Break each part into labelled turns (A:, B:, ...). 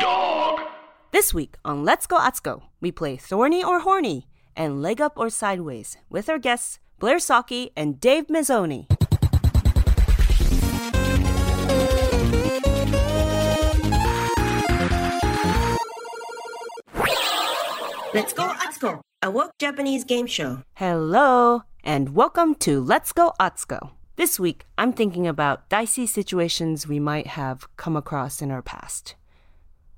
A: Dog.
B: This week on Let's Go Atsuko, we play Thorny or Horny and Leg Up or Sideways with our guests Blair Saki and Dave Mazzoni.
C: Let's go Atsuko, a woke Japanese game show.
B: Hello, and welcome to Let's Go Atsuko. This week, I'm thinking about dicey situations we might have come across in our past.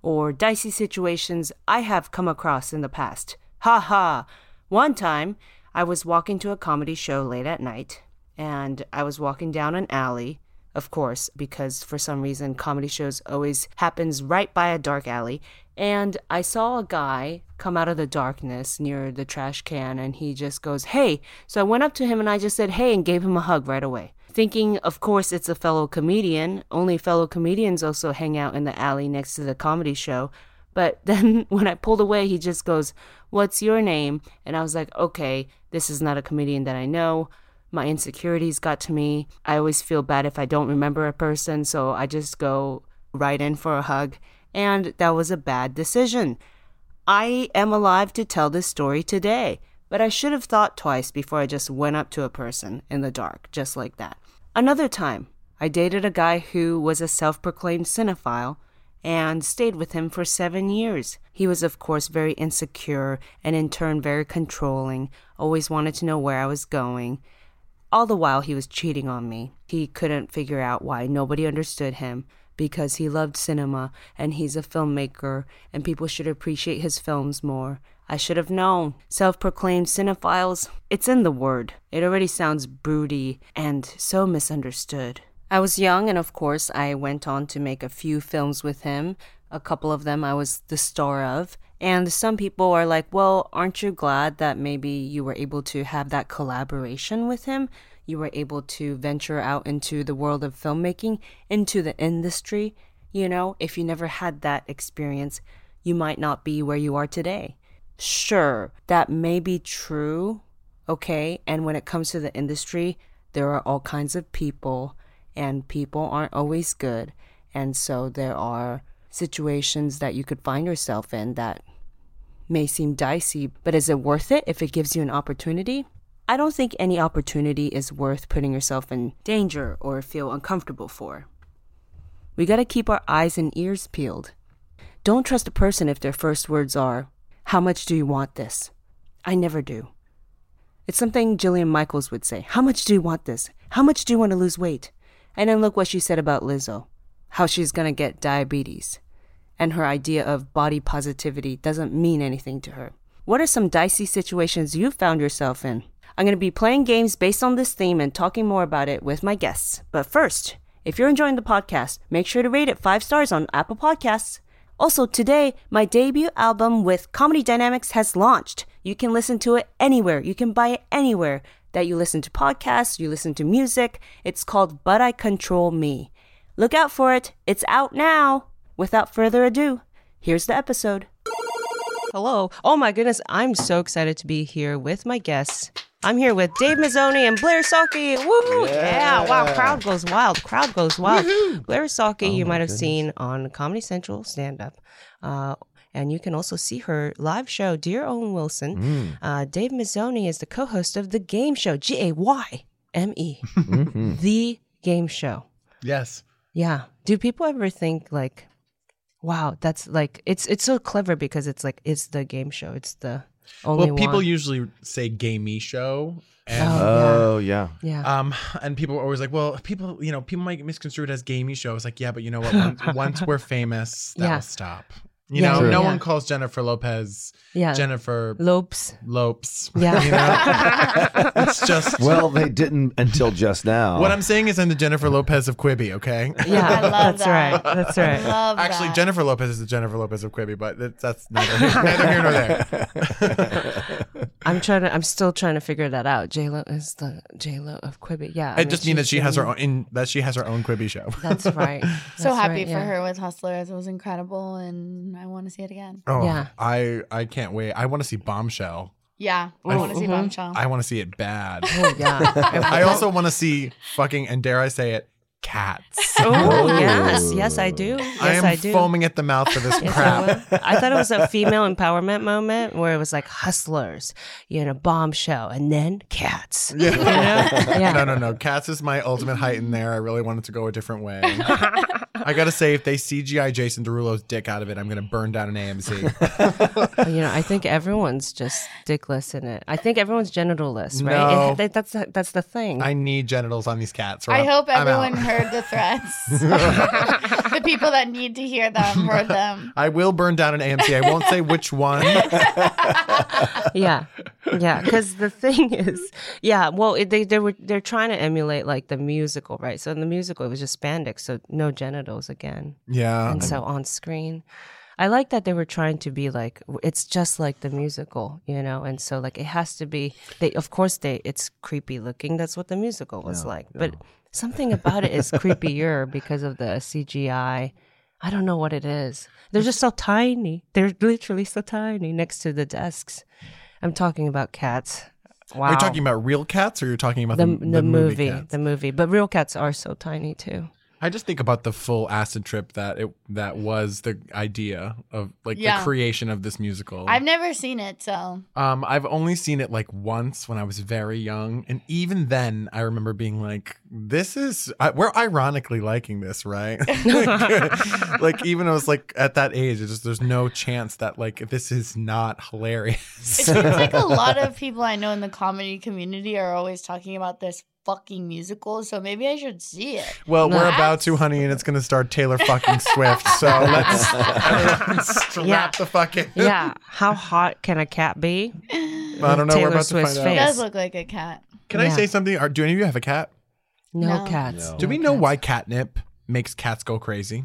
B: Or dicey situations I have come across in the past. Ha ha! One time, I was walking to a comedy show late at night, and I was walking down an alley, of course, because for some reason comedy shows always happens right by a dark alley, and I saw a guy come out of the darkness near the trash can and he just goes, "Hey." So I went up to him and I just said, "Hey," and gave him a hug right away. Thinking, of course, it's a fellow comedian. Only fellow comedians also hang out in the alley next to the comedy show. But then when I pulled away, he just goes, What's your name? And I was like, Okay, this is not a comedian that I know my insecurities got to me. I always feel bad if I don't remember a person, so I just go right in for a hug. And that was a bad decision. I am alive to tell this story today, but I should have thought twice before I just went up to a person in the dark, just like that. Another time, I dated a guy who was a self proclaimed cinephile and stayed with him for seven years. He was, of course, very insecure and in turn very controlling, always wanted to know where I was going. All the while, he was cheating on me. He couldn't figure out why nobody understood him because he loved cinema and he's a filmmaker and people should appreciate his films more. I should have known. Self proclaimed cinephiles, it's in the word. It already sounds broody and so misunderstood. I was young, and of course, I went on to make a few films with him. A couple of them I was the star of. And some people are like, well, aren't you glad that maybe you were able to have that collaboration with him? You were able to venture out into the world of filmmaking, into the industry. You know, if you never had that experience, you might not be where you are today. Sure, that may be true. Okay. And when it comes to the industry, there are all kinds of people, and people aren't always good. And so there are situations that you could find yourself in that may seem dicey, but is it worth it if it gives you an opportunity? I don't think any opportunity is worth putting yourself in danger or feel uncomfortable for. We gotta keep our eyes and ears peeled. Don't trust a person if their first words are, How much do you want this? I never do. It's something Jillian Michaels would say How much do you want this? How much do you want to lose weight? And then look what she said about Lizzo how she's gonna get diabetes and her idea of body positivity doesn't mean anything to her. What are some dicey situations you've found yourself in? I'm going to be playing games based on this theme and talking more about it with my guests. But first, if you're enjoying the podcast, make sure to rate it five stars on Apple Podcasts. Also, today, my debut album with Comedy Dynamics has launched. You can listen to it anywhere, you can buy it anywhere that you listen to podcasts, you listen to music. It's called But I Control Me. Look out for it, it's out now! without further ado, here's the episode. Hello. Oh my goodness, I'm so excited to be here with my guests. I'm here with Dave Mazzoni and Blair Saki. Woo! Yeah. wow, crowd goes wild. Crowd goes wild. Blair Saki, you might have seen on Comedy Central stand up. Uh, and you can also see her live show, Dear Owen Wilson. Uh, Dave Mazzoni is the co host of The Game Show, G A Y M E. The Game Show.
D: Yes.
B: Yeah. Do people ever think like Wow, that's like it's it's so clever because it's like it's the game show. It's the only
E: Well, people
B: one.
E: usually say gamey show. And,
B: Oh,
F: Oh yeah.
B: yeah. yeah.
E: Um, and people are always like, well, people, you know, people might misconstrue it as gamey show. It's like, yeah, but you know what? Once, once we're famous, that
B: Yeah.
E: will stop. You
B: Yeah,
E: know,
B: True.
E: no
B: yeah.
E: one calls Jennifer Lopez
B: yeah.
E: Jennifer
B: Lopes.
E: Lopes.
B: Yeah.
E: You know? it's just
F: Well, they didn't until just now.
E: what I'm saying is I'm the Jennifer Lopez of Quibi, okay?
B: Yeah,
G: I love
B: that's
G: that.
B: right. That's right.
G: Love
E: Actually,
G: that.
E: Jennifer Lopez is the Jennifer Lopez of Quibi, but that- that's neither, neither here nor there.
B: I'm trying to. I'm still trying to figure that out. J Lo is the J Lo of Quibi. Yeah,
E: I just mean that she has her
B: own.
E: own in, that she has her own Quibi show.
B: That's right.
G: so
B: That's
G: happy
B: right,
G: for
B: yeah.
G: her with Hustlers. It was incredible, and I want to see it again.
E: Oh,
B: Yeah.
E: I I can't wait. I want to see Bombshell.
G: Yeah, I
E: I-
G: want to see
B: Mhm.
G: Bombshell.
E: I want to see it bad.
B: Oh yeah.
E: I also want to see fucking and dare I say it, Cats.
B: oh yes, yes I do. Yes
E: I
B: I,
E: am
B: do.
E: foaming at the mouth for this
B: Yes, I,
E: crap.
B: will. I thought it was a female empowerment moment where it was like hustlers, you know, bombshell, and then cats. Yeah. Yeah.
E: No, no, no. Cats is my ultimate height in there. I really wanted to go a different way. I gotta say, if they CGI Jason Derulo's dick out of it, I'm gonna burn down an AMC.
B: You know, I think everyone's just dickless in it. I think everyone's genitalless, right?
E: No.
B: It- that- that's the- that's the thing.
E: I need genitals on these cats. or
G: I
E: I'm-
G: hope
E: I'm out.
G: everyone heard the threats. the people that need to hear them heard them.
E: I will burn down an AMC. I won't say which one.
B: yeah yeah because the thing is yeah well it, they, they were they're trying to emulate like the musical right so in the musical it was just spandex so no genitals again
E: Yeah.
B: and so on screen i like that they were trying to be like w- it's just like the musical you know and so like it has to be they of course they it's creepy looking that's what the musical was like but something about it is creepier because of the cgi i don't know what it is they're just so tiny they're literally so tiny next to the desks i'm talking about cats wow
E: Are you talking about real cats or you're talking about
B: the,
E: the,
B: the, movie,
E: cats?
B: the movie but real cats are so tiny too
E: I just think about the full acid trip that it that was the idea of like
G: Yeah.
E: the creation of this musical.
G: I've never seen it, so
E: Um, I've only seen it like once when I was very young, and even then, I remember being like, "This is I, we're ironically liking this, right?" like, even I was like at that age, it's just there's no chance that like this is not
G: it
E: hilarious.
G: seems like a lot of people I know in the comedy community are always talking about this fucking musical. So maybe I should see it.
E: well, we're
B: Nice.
E: about to, honey, and it's gonna start Taylor fucking Swift. So let's everyone strap
B: Yeah.
E: the fucking.
B: yeah how hot can a cat be
E: I don't know.
B: Taylor
E: we're about
B: Swift's
E: to
G: It
E: find
B: face.
E: out.
G: does look like a cat.
E: Can I
B: Yeah.
E: say something? Are, do any of you have a cat?
B: No,
G: No.
B: cats.
E: Do we know why catnip makes cats go crazy?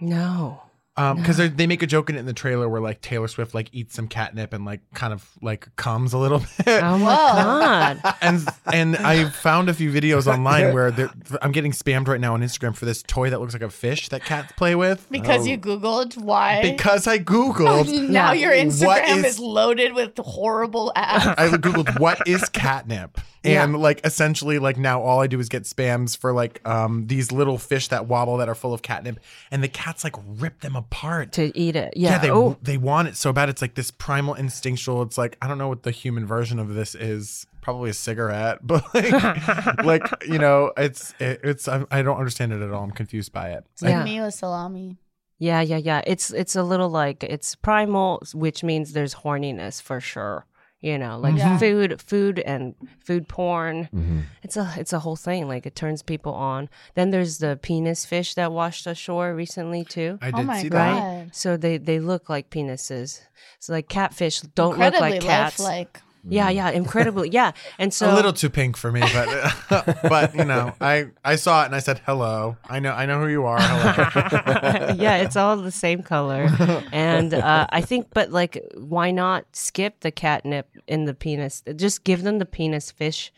B: No.
E: Um, because they make a joke in it in the trailer where like Taylor Swift like eats some catnip and like kind of like comes a little bit.
B: Oh my god.
E: and and I found a few videos online where they're- I'm getting spammed right now on Instagram for this toy that looks like a fish that cats play with.
G: Because you Googled why.
E: Oh. Because
B: Oh,
E: I googled,
G: now
B: Yeah.
G: your Instagram
E: is-
G: is, loaded with horrible ads.
E: I googled what is catnip, and
B: Yeah.
E: like essentially like now all I do is get spams for like um these little fish that wobble that are full of catnip, and the cats like rip them apart.
B: To eat it.
E: Yeah,
B: Yeah.
E: they
B: oh.
E: they want it so bad. It's like this primal instinctual. It's like I don't know what the human version of this is. Probably a cigarette, but like, like you know, it's it, it's I, I don't understand it at all. I'm confused by it.
G: Like
B: Yeah.
G: me with salami.
B: Yeah, yeah, yeah. It's it's a little like it's primal, which means there's horniness for sure. You know, like
G: Yeah.
B: food, food and food porn.
F: Mm-hmm.
B: It's a it's a whole thing. Like it turns people on. Then there's the penis fish that washed ashore recently too.
E: I
G: Oh
E: did
G: my
E: see
G: God.
E: that.
B: So they they look like penises. So like catfish don't
G: Incredibly
B: look like cats.
G: lifelike.
B: Yeah, yeah, incredibly. Yeah, and so
E: a little too pink for me, but but you know, I I saw it and I said hello. I know I know who you are. Hello.
B: yeah, it's all the same color. And uh, I think, but like, why not skip the catnip in the penis? Just give them the penis fish.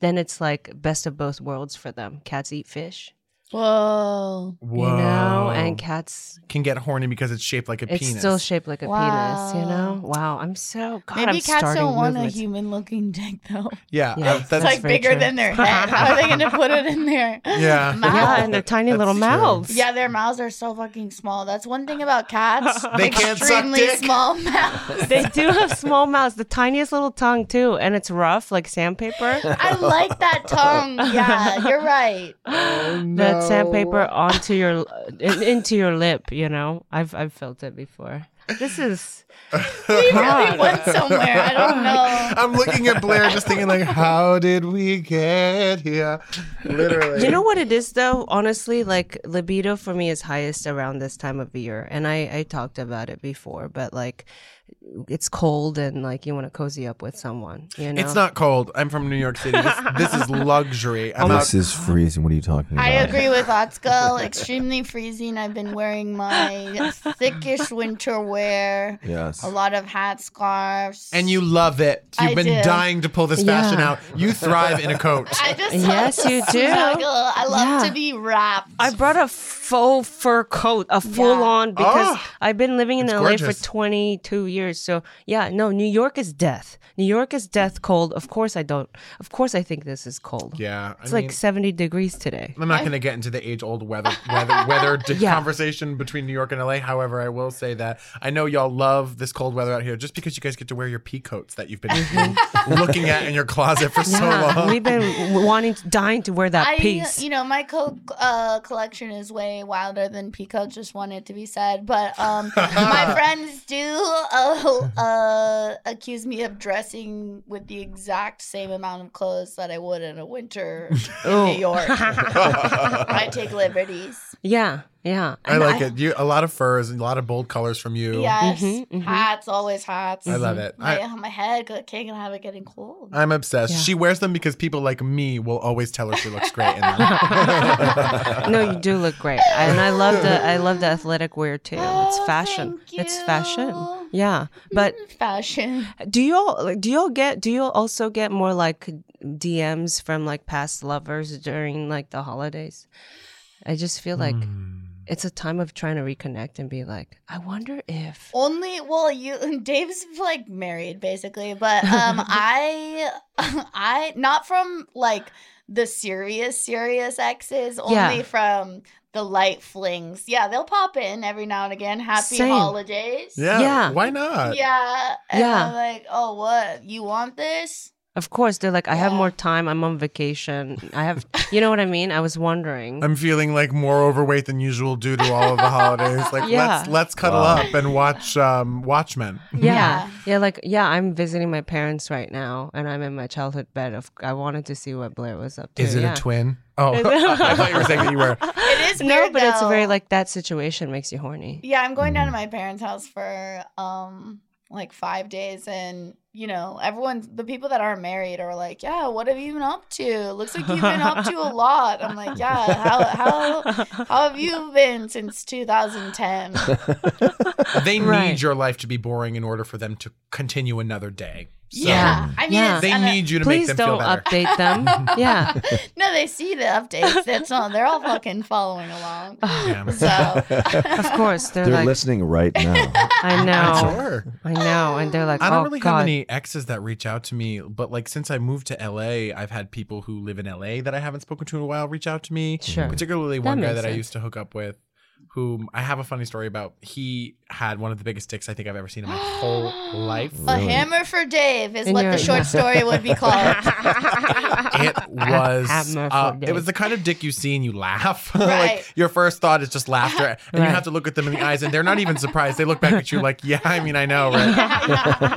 B: Then it's like best of both worlds for them. Cats eat fish,
G: Whoa.
E: Whoa,
B: you know, and cats.
E: can get horny because it's shaped like a
B: It's
E: penis.
B: still shaped like a penis, you know. Wow, I'm so God.
G: Maybe
B: I'm
G: cats
B: starting
G: don't want
B: movements.
G: a human looking dick though.
E: yeah,
B: Yeah.
E: uh, that's
G: It's like
B: very
G: bigger
B: true.
G: than their head. How are they gonna put it in there?
E: yeah.
B: Yeah, and their tiny
E: That's
B: little
E: true.
B: mouths.
G: Yeah, their mouths are so fucking small. That's one thing about cats.
E: They can't suck
G: Extremely
E: dick.
G: small mouths.
B: they do have small mouths, the tiniest little tongue too, and it's rough like sandpaper.
G: I like that tongue. Yeah, you're right.
B: The that sandpaper
H: No.
B: onto your in, into your lip. You know, I've I've felt it before. This is
G: We really
B: God.
G: went somewhere. I don't know.
E: Oh I'm looking at Blair just thinking like, how did we get here? Literally.
B: you know what it is though. Honestly, like libido for me is highest around this time of year, and I I talked about it before, but like it's cold and like you want to cozy up with someone. You know,
E: It's not cold. I'm from New York City. This, this is luxury. I'm
F: This
E: not,
F: is freezing. What are you talking about?
G: I agree with Otsko. Extremely freezing. I've been wearing my thickish winter wear,
F: Yes.
G: a lot of hat scarves.
E: and you love it. You've
G: I
E: been
G: do.
E: dying to pull this fashion
B: Yeah.
E: out. You thrive in a coat.
G: I just
B: Yes,
G: love
B: you
G: to
B: do.
G: snuggle. I love
B: Yeah.
G: to be wrapped.
B: I brought a faux fur coat, a full on, because
E: Ah,
B: I've been living in
E: it's
B: LA
E: gorgeous.
B: for 22 years. So, yeah, no, New York is death. New York is death cold. Of course, I don't. Of course, I think this is cold.
E: Yeah. I
B: It's
E: mean,
B: like 70 degrees today.
E: I'm not going to get into the age old weather weather, weather di-
B: Yeah.
E: conversation between New York and LA. However, I will say that I know y'all love this cold weather out here just because you guys get to wear your pea coats that you've been looking at in your closet for
B: Mm-hmm. Yeah,
E: so uh, long.
B: we've been w- wanting, to, dying to wear that
G: I, uh,
B: piece.
G: you know, my coat uh, collection is way wilder than peacoats. Just want it to be said, but um, my friends do uh, uh, accuse me of dressing with the exact same amount of clothes that I would in a winter in
E: Oh.
G: New York. I take liberties.
B: yeah, yeah.
E: I like it. You a lot of furs and a lot of bold colors from you.
G: Yes,
B: Mhm, mhm.
G: hats always hats.
E: I
B: Mm-hmm.
E: love it.
G: My,
E: I,
G: my head go- can't have it getting cold.
E: I'm obsessed.
B: Yeah.
E: She wears them because people like me will always tell her she looks great in them.
B: no, you do look great, and I love the I love the athletic wear too. It's
G: Oh,
B: fashion.
G: thank
B: It's fashion.
G: you.
B: Yeah, but
G: Fashion.
B: Do you all like, do you all get do you all also get more like DMs from like past lovers during like the holidays? I just feel like
E: Hmm.
B: it's a time of trying to reconnect and be like, I wonder if
G: Only well, you Dave's like married basically, but um, I, I not from like the serious serious exes, only
B: Yeah.
G: from the light flings. Yeah, they'll pop in every now and again. Happy
B: Same.
G: holidays.
E: yeah,
B: Yeah.
E: Why not?
G: Yeah. And
B: Yeah.
G: I'm like, oh, what you want this?
B: of course they're like, I have
G: Yeah.
B: more time, I'm on vacation. I have you know what I mean? I was wondering.
E: I'm feeling like more overweight than usual due to all of the holidays. Like
B: Yeah.
E: let's let's cuddle
F: Wow.
E: up and watch um, Watchmen.
B: yeah.
G: Yeah.
B: Yeah, like yeah, I'm visiting my parents right now and I'm in my childhood bed. Of I wanted to see what Blair was up to.
E: Is it
B: yeah.
E: a twin? Oh, I thought you were saying that you were.
G: It is
B: No,
G: weird,
B: but it's
G: though.
B: very like that situation makes you horny.
G: Yeah, I'm going down to
F: Mm.
G: my parents' house for um like five days, and you know, everyone's the people that are married are like, "Yeah, what have you been up to? Looks like you've been up to a lot." I'm like, "Yeah, how how how have you been since 2010?"
E: They
B: Right.
E: need your life to be boring in order for them to continue another day. So
G: Yeah, I mean,
B: Yeah.
G: it's-
E: They
G: and, uh,
E: need you to
B: Please
E: make them
B: don't
E: feel better.
B: update them. yeah.
G: no, they see the updates. That's all. They're all fucking following along.
E: Yeah.
G: So
B: Of course, they're,
F: They're
B: like,
F: listening right now.
B: I know,
E: Sure.
B: I know, and they're like,
E: I don't
B: oh
E: really
B: god,
E: have any exes that reach out to me, but like since I moved to LA, I've had people who live in LA that I haven't spoken to in a while reach out to me.
B: Sure.
E: Particularly one guy
B: makes
E: that I
B: sense.
E: used to hook up with, whom I have a funny story about. He had one of the biggest dicks I think I've ever seen in my whole life.
G: a hammer for Dave is
B: In
G: what
B: your-
G: the short story would be called.
E: It was
B: Hammer for
E: uh,
B: dick.
E: it was the kind of dick you see and you laugh.
G: Right.
E: like your first thought is just laughter, and
B: Right.
E: you have to look at them in the eyes, and they're not even surprised. They look back at you like, "Yeah, I mean, I know, right?"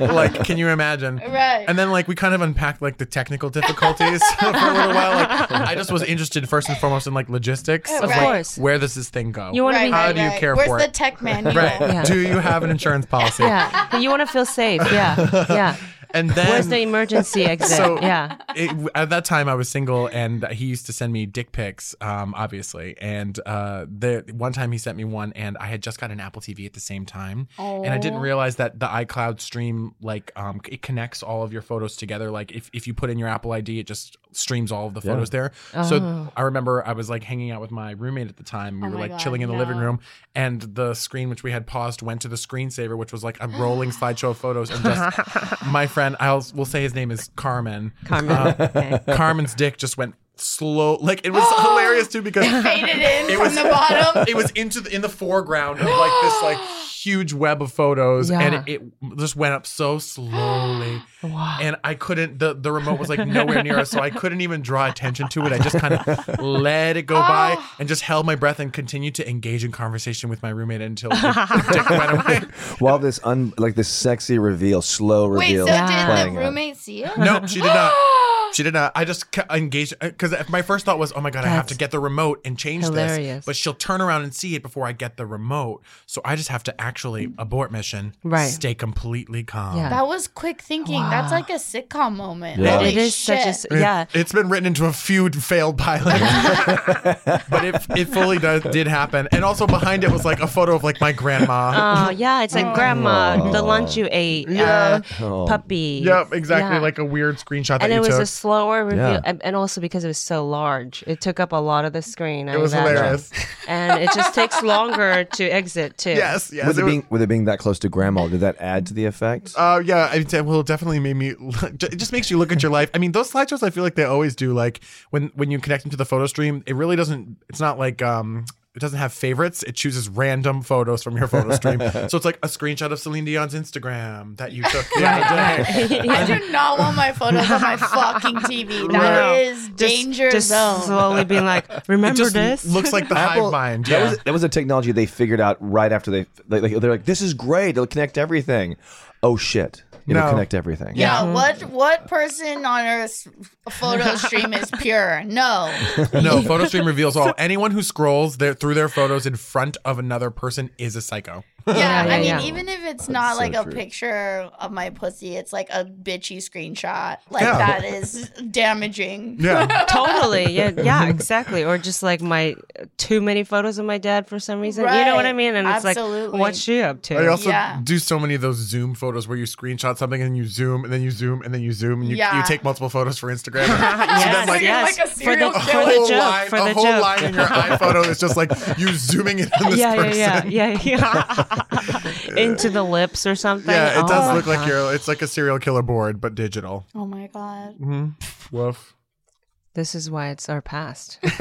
E: like, can you imagine?
G: Right.
E: And then like we kind of unpacked like the technical difficulties for a little while. Like I just was interested first and foremost in like logistics.
G: Of
B: of
G: Right.
B: course,
E: Where does this thing go?
B: Uh, You wanna be-
E: How do you care
G: Where's
E: for
G: the
E: it?
G: tech manual?
E: right.
B: Yeah.
E: Do you have an insurance policy?
B: yeah, but you want to feel safe, yeah, yeah.
E: And then
B: Where's the emergency exit?
E: So-
B: yeah,
E: it, at that time I was single and he used to send me dick pics, um, obviously. And uh, the one time he sent me one, and I had just got an Apple TV at the same time, and I didn't realize that the iCloud stream like um, it connects all of your photos together. Like if if you put in your Apple ID, it just streams all of the
F: Yeah.
E: photos there. So I remember I was like hanging out with my roommate at the time. We
G: Oh
E: were
G: my
E: like
G: God,
E: chilling in the living
G: no.
E: room, and the screen which we had paused went to the screensaver, which was like a rolling slideshow of photos. And just my friend, I'll will say his name is Carmen. Uh,
B: Carmen. okay.
E: Carmen's dick just went slow. Like it was hilarious too because
G: faded in
E: It
G: from
E: was-
G: the bottom.
E: it was into the, in the foreground of like this like huge web of photos,
B: Yeah.
E: and it, it just went up so slowly.
B: Wow.
E: And I couldn't. the The remote was like nowhere near us, so I couldn't even draw attention to it. I just kind of let it go by
B: Oh.
E: and just held my breath and continued to engage in conversation with my roommate until the dick went away.
F: While this un like this sexy reveal, slow
G: Wait, so
F: reveal
G: did
F: playing
G: the
F: out.
G: roommate see it?
E: No, she did not. She did not. I just ca- engaged because my first thought was, "Oh my god, I have to
B: That's
E: get the remote and change
B: hilarious.
E: this." But she'll turn around and see it before I get the remote, so I just have to actually abort mission.
B: Right.
E: Stay completely calm.
B: Yeah.
G: That was quick thinking. That's like a sitcom moment.
F: Yeah.
G: Holy
B: it is such a
G: shit.
B: s-
E: It-
B: yeah.
E: it's been written into a few failed pilots, but it, it fully does, did happen. And also behind it was like a photo of like my grandma.
B: Oh yeah, it's like grandma, the lunch you ate, yeah.
F: Oh.
B: puppy.
E: yep, exactly.
B: Yeah.
E: Like a weird screenshot that
B: and it
E: you
B: was
E: took.
B: a slower review,
F: Yeah.
B: and, and also because it was so large, it took up a lot of the screen. I
E: it was
B: imagine.
E: hilarious.
B: and it just takes longer to exit too.
E: Yes, yes.
F: with
E: it
F: it
E: was-
F: being with it being that close to grandma, did that add to the effect?
E: Uh, yeah, I de- well, it definitely made me. Look, it just makes you look at your life. I mean, those slideshows, I feel like they always do. Like when when you connect them to the photo stream, it really doesn't. It's not like um, it doesn't have favorites. It chooses random photos from your photo stream. so it's like a screenshot of Celine Dion's Instagram that you took the other day.
G: I do not want my photos on my fucking TV. That
B: Right.
G: is
B: Just-
G: danger
B: just
G: zone.
B: slowly being like,
E: It
B: remember
E: just
B: this?
E: looks like the hive mind. Yeah.
F: That was that was a technology they figured out right after they like, like, they're like this is great. It'll connect everything. Oh shit! It'll
E: No.
F: connect everything.
G: yeah, what what person on Earth's photo stream is pure? No.
E: no, photo stream reveals all. Anyone who scrolls their, through their photos in front of another person is a psycho.
G: Yeah,
B: yeah,
G: I mean,
B: yeah.
G: even if it's not
F: so
G: like a
F: true.
G: picture of my pussy, it's like a bitchy screenshot. Like
E: Yeah.
G: that is damaging.
E: Yeah.
B: totally. Yeah, yeah, exactly. Or just like my too many photos of my dad for some reason. You know what I
G: Right.
B: mean? And it's
G: Absolutely.
B: like, what's she up to?
E: I also
G: Yeah.
E: do so many of those Zoom photos where you screenshot something and you zoom and then you zoom and then you zoom and you,
G: Yeah.
E: you take multiple photos for Instagram. And so then,
B: yes,
E: like,
B: yes.
G: like a
B: for the
G: serial
B: for
E: a whole
B: the joke,
E: line,
B: for
E: a
B: the
E: whole
B: joke.
E: line in your iPhoto is just like you zooming in on this
B: yeah,
E: person.
B: yeah, yeah, yeah, yeah. Into the lips or something.
E: Yeah, it
B: Oh
E: does
B: my
E: look like
B: God.
E: you're. It's like a serial killer board, but digital.
G: Oh my god.
E: Woof.
B: This is why it's our past. this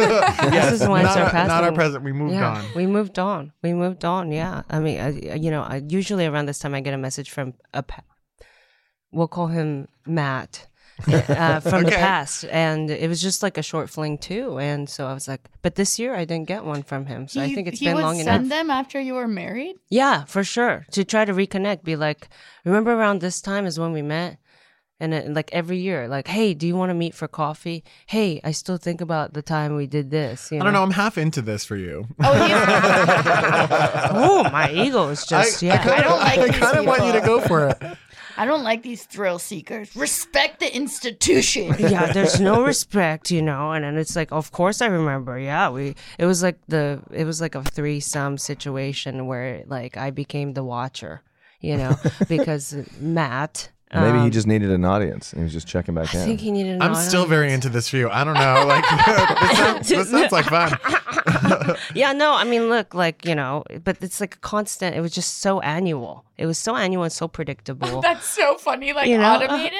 B: is why it's
E: not,
B: our
E: our,
B: past.
E: not our
B: and-
E: present. We moved
B: yeah,
E: on.
B: we moved on. We moved on. Yeah, I mean, I, you know, I, usually around this time I get a message from a, pa- we'll call him Matt, uh, from the
E: Okay.
B: past, and it was just like a short fling too. And so I was like, but this year I didn't get one from him, so I
G: He-
B: think it's
G: he
B: been
G: would
B: long
G: send
B: enough.
G: them after you were married?
B: Yeah, for sure. To try to reconnect, be like, remember around this time is when we met? And it, like every year, like, hey, do you want to meet for coffee? Hey, I still think about the time we did this. You
E: I don't know. I'm half into this for you.
G: Oh, yeah.
B: oh, my ego is just, yeah.
G: I don't like
E: I
G: these
E: kind of want you to
G: people.
E: go for it.
G: I don't like these thrill seekers. Respect the institution.
B: yeah, there's no respect, you know, and then it's like, of course I remember. Yeah, we it was like the it was like a threesome situation where like I became the watcher, you know, because Matt.
F: Maybe he
B: um,
F: just needed an audience and he was just checking back
B: I
F: in.
B: think he needed. An
E: I'm still
B: audience.
E: very into this for you. I don't know. Like this, sounds, this sounds like fun.
B: Yeah, no, I mean, look, like you know, but it's like a constant. It was just so annual. It was so annual and so predictable.
G: That's so funny. Like
B: You know? uh,
G: automated.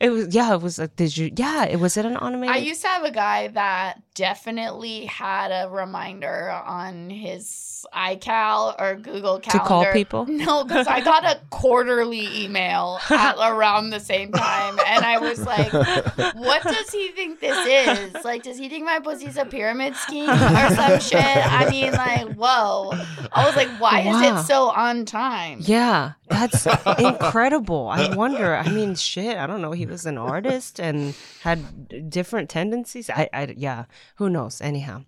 B: it was yeah. It was like did you yeah. It was it an automated.
G: I used to have a guy that definitely had a reminder on his iCal or Google
B: To
G: Calendar
B: call people?
G: No, because I got a quarterly email at around the same time, and I was like, "What does he think this is? Like, does he think my pussy's a pyramid scheme or some shit?" I mean, like, whoa! I was like, "Why
B: Wow.
G: is it so on time?"
B: Yeah, that's incredible. I wonder. I mean, shit. I don't know. He was an artist and had d- different tendencies. I, I yeah. Who knows? Anyhow,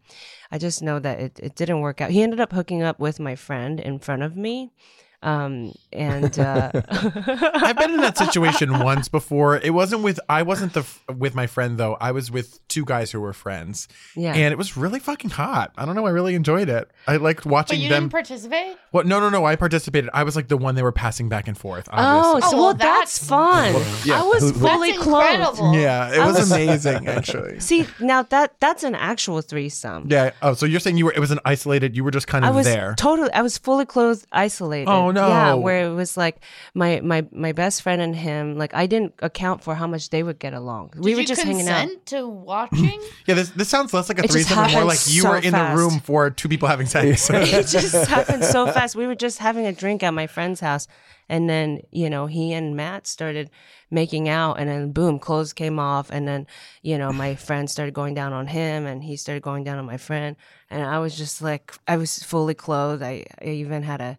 B: I just know that it, it didn't work out. He ended up hooking up with my friend in front of me, um, and uh,
E: I've been in that situation once before. It wasn't with I wasn't the f- with my friend though. I was with two guys who were friends.
B: Yeah.
E: And it was really fucking hot. I don't know. I really enjoyed it. I liked
G: But
E: watching
G: you
E: them.
G: didn't participate.
E: what? No, no, no. I participated. I was like the one they were passing back and forth.
B: oh,
E: Obviously.
B: so,
G: well,
B: well, that's,
G: that's-
B: fun.
F: yeah.
B: I was
F: That's
B: fully
G: That's
B: clothed.
G: incredible.
E: yeah, it was, amazing actually.
B: See, now that that's an actual threesome.
E: Yeah. Oh, so you're saying you were? It was an isolated. You were just kind
B: I
E: of
B: was
E: there.
B: totally. I was fully clothed, isolated.
E: Oh no.
B: Yeah, where it was like my my my best friend and him. Like I didn't account for how much they would get along. we
G: Did
B: were
G: you
B: just hanging out.
G: consent to watching?
E: Yeah, this this sounds less like a
B: It just
E: threesome and more
B: happened
E: like you
B: so
E: were in
B: fast.
E: the room for two people having sex.
B: it just happened so fast. We were just having a drink at my friend's house, and then you know he and Matt started making out, and then boom, clothes came off, and then you know my friend started going down on him, and he started going down on my friend, and I was just like, I was fully clothed. I, I even had a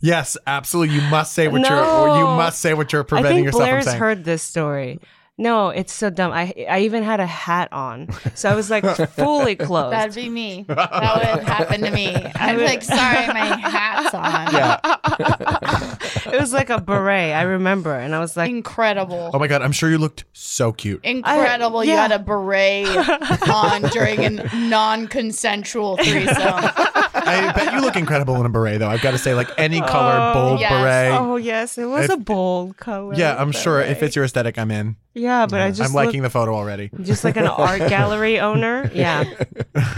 E: yes, absolutely. You must say what you're.
B: No.
E: You must say what you're
B: I
E: preventing
B: think
E: yourself
B: Blair's
E: from saying.
B: heard this story. No, it's so dumb. I I even had a hat on, so I was like fully clothed.
G: That'd be me. That would happen to me. I'm like, sorry, my hat's on.
B: it was like a beret. I remember, and I was like,
G: Incredible.
E: oh my god, I'm sure you looked so cute.
G: Incredible. You
B: yeah.
G: had a beret on during a non consensual threesome.
E: I bet you look incredible in a beret, though. I've got to say, like any color, bold
G: yes.
E: beret.
B: Oh yes, it was
E: If-
B: a bold color.
E: yeah, I'm sure
B: beret.
E: if it's your aesthetic, I'm in.
B: Yeah, but I
E: I'm
B: just
E: liking
B: look
E: the photo already.
B: just like an art gallery owner. Yeah.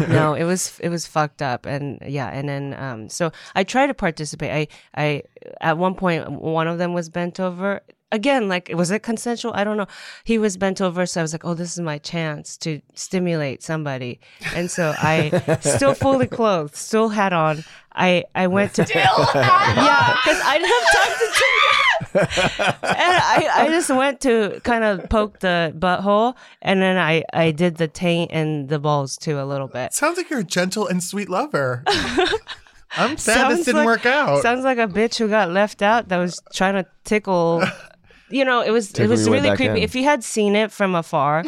B: No, it was it was fucked up, and yeah, and then um, so I tried to participate. I I at one point one of them was bent over. Again, like was it consensual? I don't know. He was bent over, so I was like, "Oh, this is my chance to stimulate somebody." And so I, still fully clothed, still hat on, I I went to yeah, because I didn't have time to do that. and I, I just went to kind of poke the butthole, and then I, I did the taint and the balls too a little bit.
E: Sounds like you're a gentle and sweet lover. I'm sad
B: Sounds
E: this didn't
B: like-
E: work out.
B: Sounds like a bitch who got left out that was trying to tickle. You know, it was it
F: Tickle
B: was
F: your way
B: really
F: back
B: creepy.
F: in.
B: If you had seen it from afar.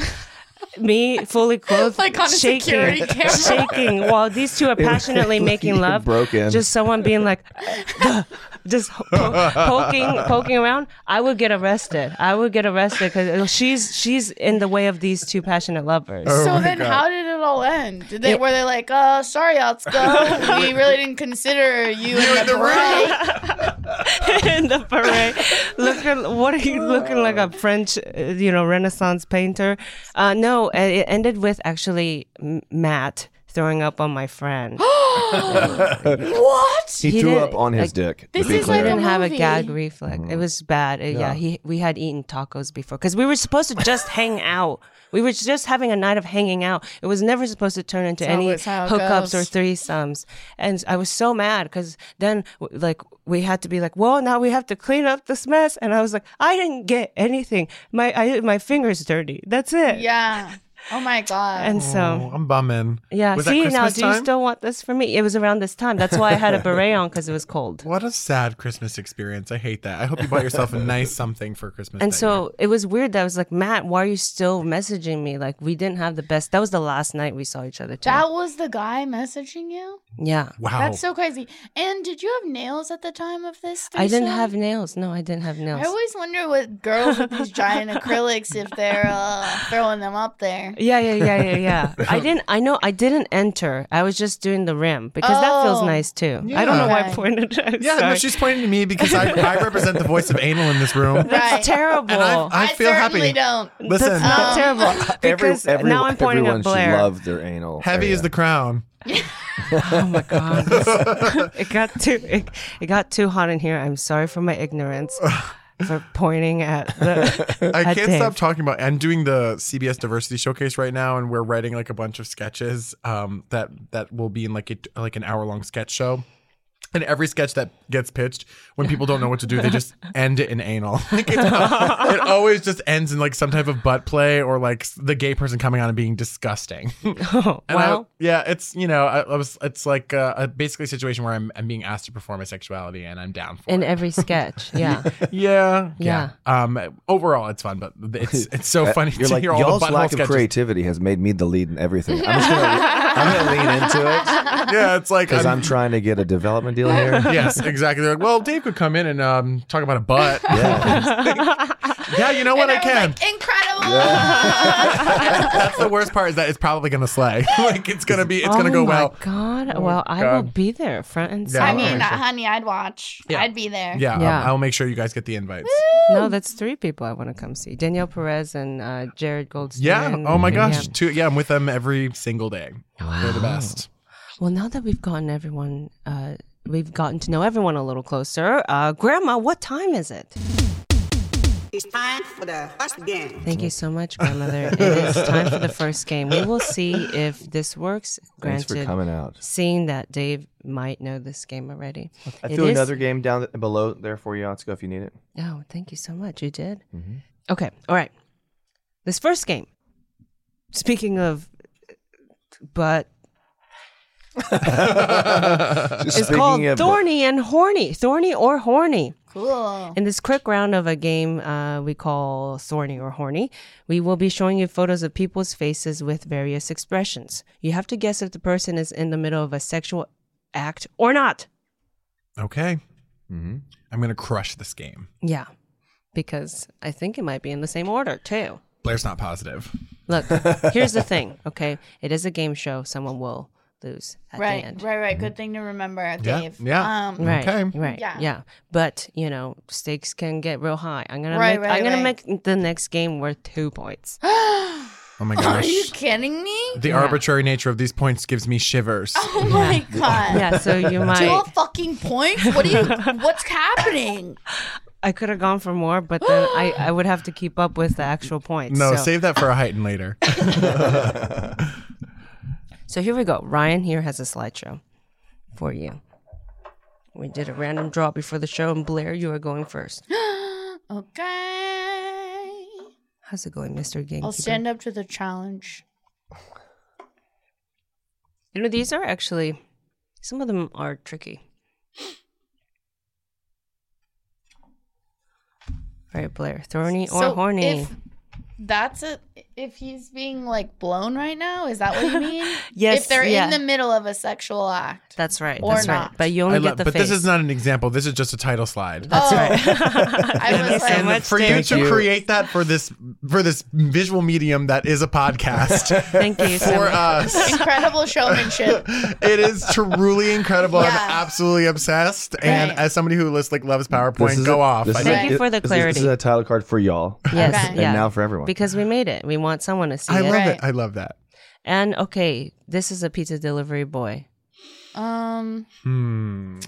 B: Me fully clothed,
G: Like on a
B: shaking,
G: security camera.
B: shaking, while these two are passionately making love.
F: broken.
B: Just someone being like, just po- poking, poking around. I would get arrested. I would get arrested because she's she's in the way of these two passionate lovers.
G: so then, how did it all end? Did they were they like, uh, sorry, Otsko, we really didn't consider you in the, beret.
B: in the beret. Looking, what are you looking like a French, uh, you know, Renaissance painter? Uh, no, uh, it ended with actually M- Matt throwing up on my friend.
G: What?
F: He,
B: He
F: threw
B: did-
F: up on his
B: like,
F: dick. to
G: This
F: be
G: is
B: I
G: like
F: clear.
B: didn't have a
G: movie.
B: gag reflex.
E: Mm-hmm.
B: It was bad. Uh, yeah. he we had eaten tacos before because we were supposed to just hang out. We were just having a night of hanging out. It was never supposed to turn into any
G: always how it
B: hookups or
G: goes.
B: threesomes. And I was so mad because then, w- like, we had to be like, "Well, now we have to clean up this mess." And I was like, "I didn't get anything. My I, my fingers dirty. That's it."
G: Yeah. Oh my god.
B: And
E: Oh,
B: so.
E: I'm bumming.
B: Yeah,
E: Was that
B: see now,
E: Christmas
B: do you
E: time?
B: still want this for me? It was around this time. That's why I had a beret on because it was cold.
E: What a sad Christmas experience. I hate that. I hope you bought yourself a nice something for Christmas.
B: And
E: that
B: so it was weird that I was like, Matt, why are you still messaging me? Like, we didn't have the best. That was the last night we saw each other. Too.
G: that was the guy messaging you.
B: yeah.
E: year. wow.
G: That's so crazy. And did you have nails at the time of this?
B: I didn't
G: threesome?
B: have nails. No, I didn't have
G: I
B: nails.
G: always wonder with girls with these giant acrylics if they're uh, throwing them up there.
B: Yeah, yeah, yeah, yeah, yeah. I didn't. I know. I didn't enter. I was just doing the rim because that feels
G: Oh.
B: nice too. I don't know why I
G: Okay.
B: pointed. i
E: yeah, no, she's pointing to me because I, I represent the voice of anal in this room.
G: Right. Oh.
B: That's terrible.
E: And I, I feel
G: certainly
E: happy.
G: don't.
E: Listen,
B: That's not terrible because
F: every,
B: now I'm pointing
F: everyone
B: at Blair.
F: should love their anal.
E: heavy
F: area.
E: is the crown.
B: Oh my god, This- it got too it, it got too hot in here. I'm sorry for my ignorance for pointing at the.
E: I
B: at
E: can't
B: Dave.
E: stop talking about. I'm doing the CBS Diversity Showcase right now, and we're writing like a bunch of sketches um, that that will be in like a, like an hour long sketch show. And every sketch that gets pitched, when people don't know what to do, they just end it in anal. Like it, it always just ends in like some type of butt play or like s- the gay person coming on and being disgusting.
B: Oh,
E: And I-
B: well,
E: yeah, it's you know, I, I was it's like uh, a, basically a situation where I'm I'm being asked to perform my sexuality and I'm down for
B: in
E: it.
B: every sketch, yeah.
E: yeah, Um, overall, it's fun, but it's it's so funny
F: Uh, You're
E: to
F: like
E: hear all
F: y'all's
E: the butthole
F: lack of
E: sketches.
F: creativity has made me the lead in everything. I'm just gonna, I'm gonna lean into it.
E: Yeah, it's like
F: because
E: I'm-
F: I'm, trying to get a development deal here.
E: yes, exactly. They're like, well, Dave could come in and um, talk about a butt. yeah, you know what? I can.
G: oh. Incredible.
E: That's the worst part is that it's probably gonna slay. like it's gonna be, it's gonna go well.
B: Oh my god! well, I will
E: God.
B: be there, front and
E: Yeah,
B: center.
G: I mean,
E: Alright,
G: uh,
E: sure.
G: honey, I'd watch.
E: Yeah.
G: I'd be there.
E: Yeah,
B: Yeah.
E: I'll, I'll make sure you guys get the invites.
B: no, that's three people I want to come see: Danielle Perez and uh, Jared Goldstein.
E: Yeah. Oh my
B: Yeah.
E: gosh. Two. Yeah, I'm with them every single day. They're the best.
B: Well, now that we've gotten everyone, uh, we've gotten to know everyone a little closer. Uh, Grandma, what time is it?
I: It's time for the first game.
B: Thank you so much, grandmother. it is time for the first game. We will see if this works.
F: Thanks for
B: Granted,
F: coming out.
B: Seeing that Dave might know this game already.
F: I
B: It
F: threw
B: is-
F: another game down th- below there for you, Atsuko, if you need it.
B: Oh, thank you so much. You did.
F: Mhm.
B: Okay. All right. This first game. Speaking of, but it's called Thorny and Horny. Thorny or Horny.
G: Cool.
B: In this quick round of a game uh, we call Thorny or Horny, we will be showing you photos of people's faces with various expressions. You have to guess if the person is in the middle of a sexual act or not.
E: Okay.
F: Mm-hmm.
E: I'm gonna crush this game.
B: Yeah, because I think it might be in the same order too.
E: Blair's not positive.
B: Look, here's the thing, okay? It is a game show. Someone will lose at
G: right,
B: the end.
G: right, right. Good thing to remember,
E: Mm-hmm. Yeah,
G: Dave.
E: yeah.
G: Um,
B: Right.
E: Okay.
B: Right.
G: Yeah.
B: Yeah. But you know, stakes can get real high. I'm gonna
G: Right,
B: make
G: right,
B: I'm gonna
G: right.
B: make the next game worth two points.
E: Oh my
G: Are you
E: gosh.
G: kidding me?
E: The arbitrary nature of these points gives me shivers.
G: Oh my god.
B: yeah, so you might
G: Twelve fucking points. What are you? What's happening?
B: I could have gone for more, but then I, I would have to keep up with the actual points.
E: No,
B: so.
E: save that for a heighten later.
B: so here we go. Ryan here has a slideshow for you. We did a random draw before the show, and Blair, you are going first.
G: Okay.
B: How's it going, Mr. Gamekeeper?
G: I'll stand up to the challenge.
B: You know, these are actually some of them are tricky. All right, Blair, thorny or
G: So
B: horny?
G: if that's a if he's being like blown right now, is that what you mean?
B: Yes,
G: If they're
B: yeah.
G: in the middle of a sexual act.
B: that's right.
G: or
B: that's
G: not.
B: right. But you only
E: I
B: get
E: love-
B: the
E: but
B: face.
E: this is not an example. This is just a title slide.
G: That's oh,
B: right.
G: I was like,
E: and for you
B: Thank
E: to
B: you.
E: create that for this for this visual medium that is a podcast
B: Thank you so
E: for uh,
B: much.
E: us.
G: incredible showmanship.
E: It is truly incredible. I'm
G: Yeah.
E: absolutely obsessed. And
G: Right.
E: as somebody who lists, like loves
F: This
E: PowerPoint,
F: is
E: go
F: a-
E: off.
F: this
E: I
F: is
B: Thank
F: a-
B: you
F: it-
B: for the
F: this is- This is
B: clarity.
F: a title card for y'all.
B: Yes,
G: Okay.
F: and
B: yeah.
F: now for everyone.
B: because we made it. We want someone to see
E: I
B: it.
E: love
G: Right.
E: it. I love that.
B: And okay, this is a pizza delivery boy.
G: Um,
E: Hmm.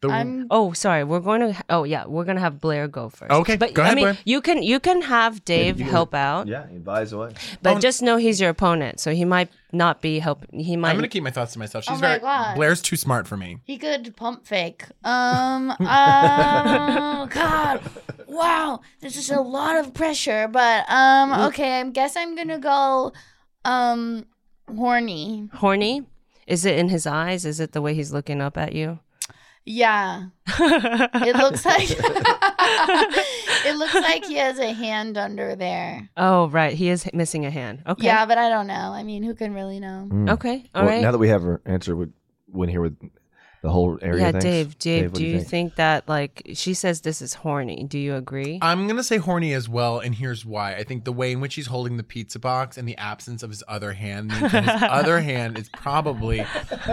E: The-
G: I'm
B: Oh, sorry. We're going to. Oh, yeah. We're going to have Blair go first.
E: Okay,
B: But
E: go
B: I
E: ahead,
B: mean,
E: Blair.
B: you can you can have Dave
F: you-
B: help out,
F: yeah, advise away.
B: but just know he's your opponent, so he might not be helping. He might.
E: I'm gonna keep my thoughts to myself. She's
G: Oh my
E: very
G: God.
E: Blair's too smart for me.
G: he could pump fake. Um, oh God, wow, this is a lot of pressure. But um, okay, I guess I'm gonna go um horny.
B: horny. Is it in his eyes? Is it the way he's looking up at you?
G: Yeah, it looks like it looks like he has a hand under there.
B: Oh, right. He is missing a hand. Okay.
G: Yeah, but I don't know. I mean, who can really know?
B: Okay. All
F: well,
B: right.
F: Now that we have our answer, would win here with the whole area.
B: yeah,
F: thanks.
B: Dave. Dave,
F: what
B: do you think? that like she says this is horny? Do you agree?
E: I'm gonna say horny as well, and here's why. I think the way in which he's holding the pizza box and the absence of his other hand means that his other hand is probably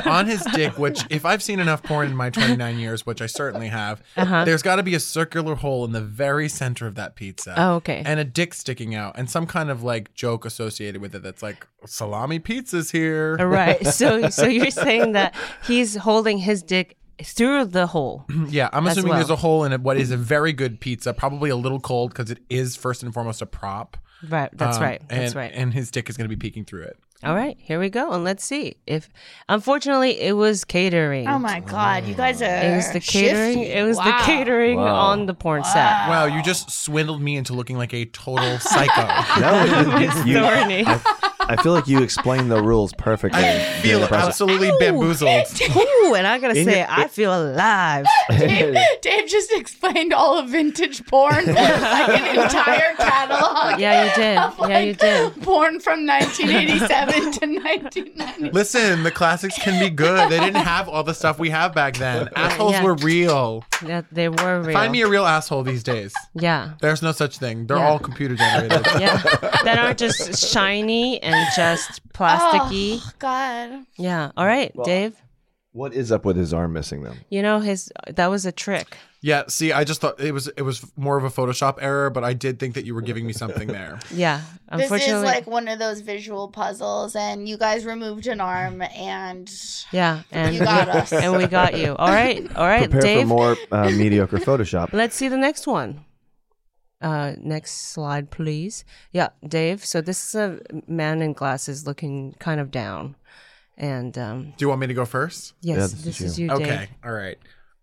E: on his dick, which if I've seen enough porn in my 29 years, which I certainly have,
B: Uh-huh.
E: there's gotta be a circular hole in the very center of that pizza.
B: Oh, okay.
E: And a dick sticking out and some kind of like joke associated with it that's like salami pizza's here.
B: All right. So so you're saying that he's holding his dick through the hole.
E: Yeah, I'm assuming
B: well.
E: there's a hole in it, what is a very good pizza, probably a little cold because it is first and foremost a prop.
B: Right. That's
E: Um,
B: right. That's
E: and-
B: right.
E: And his dick is going to be peeking through it.
B: All right. Here we go. And let's see if unfortunately it was catering.
G: Oh my God, you guys are.
B: It was the catering.
G: shifty.
B: It was
G: Wow.
B: the catering
F: Wow.
B: on the porn set.
E: Wow, you just swindled me into looking like a total psycho.
F: No, you, you,
B: Thorny.
F: I feel like you explained the rules perfectly.
E: I feel absolutely bamboozled.
B: Ooh, and I gotta
F: In
B: say,
F: your-
B: I feel alive.
G: Dave, Dave just explained all of vintage porn, like an entire catalog.
B: Yeah, you did.
G: of,
B: Yeah, you did.
G: Porn from 1987 to 1990.
E: Listen, the classics can be good. They didn't have all the stuff we have back then. Assholes
B: yeah.
E: were real.
B: Yeah, they were real.
E: Find me a real asshole these days.
B: yeah.
E: There's no such thing. They're
B: Yeah.
E: all computer generated.
B: Yeah. that aren't just shiny and just plasticky.
G: Oh, God.
B: Yeah. All right, Dave.
F: What is up with his arm missing them?
B: You know his that was a trick.
E: Yeah, see, I just thought it was it was more of a Photoshop error, but I did think that you were giving me something there.
B: Yeah.
G: This
B: Unfortunately.
G: is like one of those visual puzzles, and you guys removed an arm, and
B: yeah, and
G: You got us.
B: and we got you. All right. All right,
F: Prepare
B: Dave.
F: for more uh, mediocre Photoshop.
B: Let's see the next one. Uh, next slide, please. Yeah, Dave. So this is a man in glasses looking kind of down, and um,
E: Do you want me to go first?
B: yes, this, is you, Dave.
E: Okay, all right.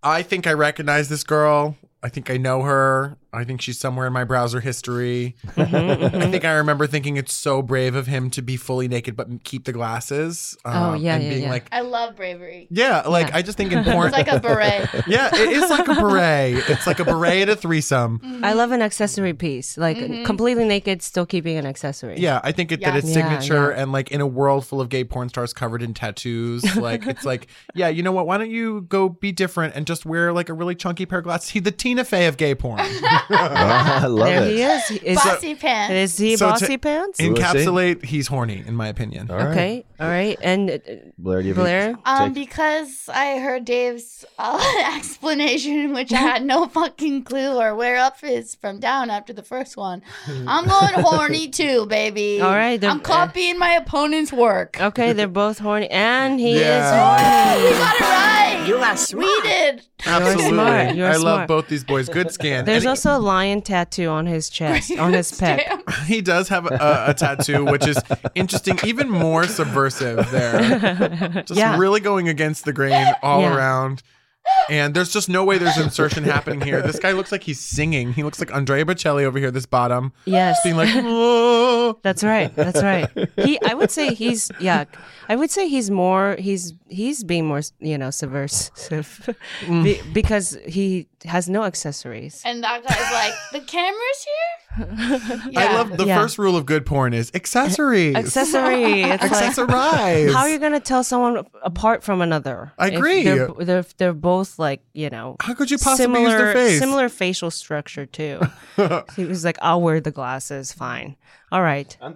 E: I think I recognize this girl. I think I know her. I think she's somewhere in my browser history.
B: Mm-hmm,
E: I think I remember thinking it's so brave of him to be fully naked but keep the glasses. um,
B: Oh, yeah,
E: and
B: yeah,
E: being
B: yeah.
E: like,
G: I love bravery.
E: yeah, like I just think in porn,
G: It's like a beret.
E: yeah, it is like a beret. It's like a beret at a threesome.
G: Mm.
B: I love an accessory piece, like
G: Mm-hmm.
B: completely naked, still keeping an accessory.
E: Yeah, I think it, that
G: Yeah.
E: its
B: Yeah,
E: signature
B: yeah.
E: and like in a world full of gay porn stars covered in tattoos, like it's like, yeah, you know what? Why don't you go be different and just wear like a really chunky pair of glasses? He the Tina Fey of gay porn.
F: I love
B: there
F: it.
B: he is. He- Is,
G: Bossy pants.
B: is he
E: So to-
B: bossy pants?
F: We'll see.
E: Encapsulate, he's horny, in my opinion.
F: All right.
B: Okay, all right, and uh,
F: Blair, do you have
B: Blair?
F: any-
G: Um,
F: take-
G: because I heard Dave's uh, explanation, which I had no fucking clue or where up is from down after the first one. I'm going horny too, baby.
B: All right, then-
G: I'm copying my opponent's work.
B: okay, they're both horny, and he
E: Yeah.
B: is
G: You got it right.
I: You are smart.
G: We did.
E: Absolutely.
B: smart. You're
E: I
B: smart.
E: love both these boys. Good skin.
B: horny. There's
E: And
B: also a lion tattoo on his chest, on his pec.
G: Damn.
E: he does have a, a tattoo, which is interesting, even more subversive there. Just
B: Yeah.
E: really going against the grain all
B: Yeah.
E: around. And there's just no way there's insertion happening here. This guy looks like he's singing. He looks like Andrea Bocelli over here, this bottom,
B: Yes.
E: being like, "Whoa."
B: That's right. That's right. He, I would say he's, yeah, I would say he's more, he's, he's being more, you know, subversive
E: Mm.
B: be, because he has no accessories.
G: And that guy's like, the camera's here. Yeah.
E: I love the
B: Yeah.
E: first rule of good porn is accessories.
B: Accessory. It's like,
E: Accessorize.
B: how are you going to tell someone apart from another?
E: I
B: If
E: agree.
B: They're, they're, they're both like, you know,
E: How could you possibly use their face?
B: Similar facial structure, too. he was like, I'll wear the glasses. Fine. All right.
F: I,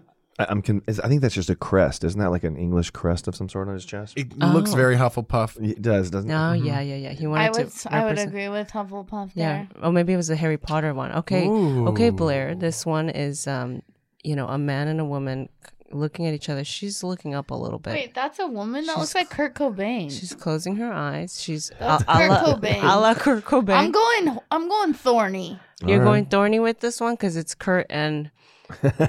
F: I'm con- is- I think that's just a crest. Isn't that like an English crest of some sort on his chest? It,
E: It
B: Oh.
E: looks very Hufflepuff.
F: does, doesn't
B: No,
F: it?
B: yeah, yeah, yeah. He wanted
G: Mm-hmm. I
B: to.
G: would, I would
B: represent-
G: agree with Hufflepuff
B: Yeah.
G: there.
B: Oh, maybe it was a Harry Potter one. Okay. Okay, Blair. This one is, um, you know, a man and a woman c- looking at each other. She's looking up a little bit.
G: Wait, that's a woman that
B: She's
G: looks like Kurt Cobain.
B: She's closing her eyes. She's
G: That's
B: a- a la-
G: Kurt Cobain.
B: a la Kurt Cobain.
G: I'm going. I'm going thorny.
B: You're
F: All
B: going thorny with this one because it's Kurt and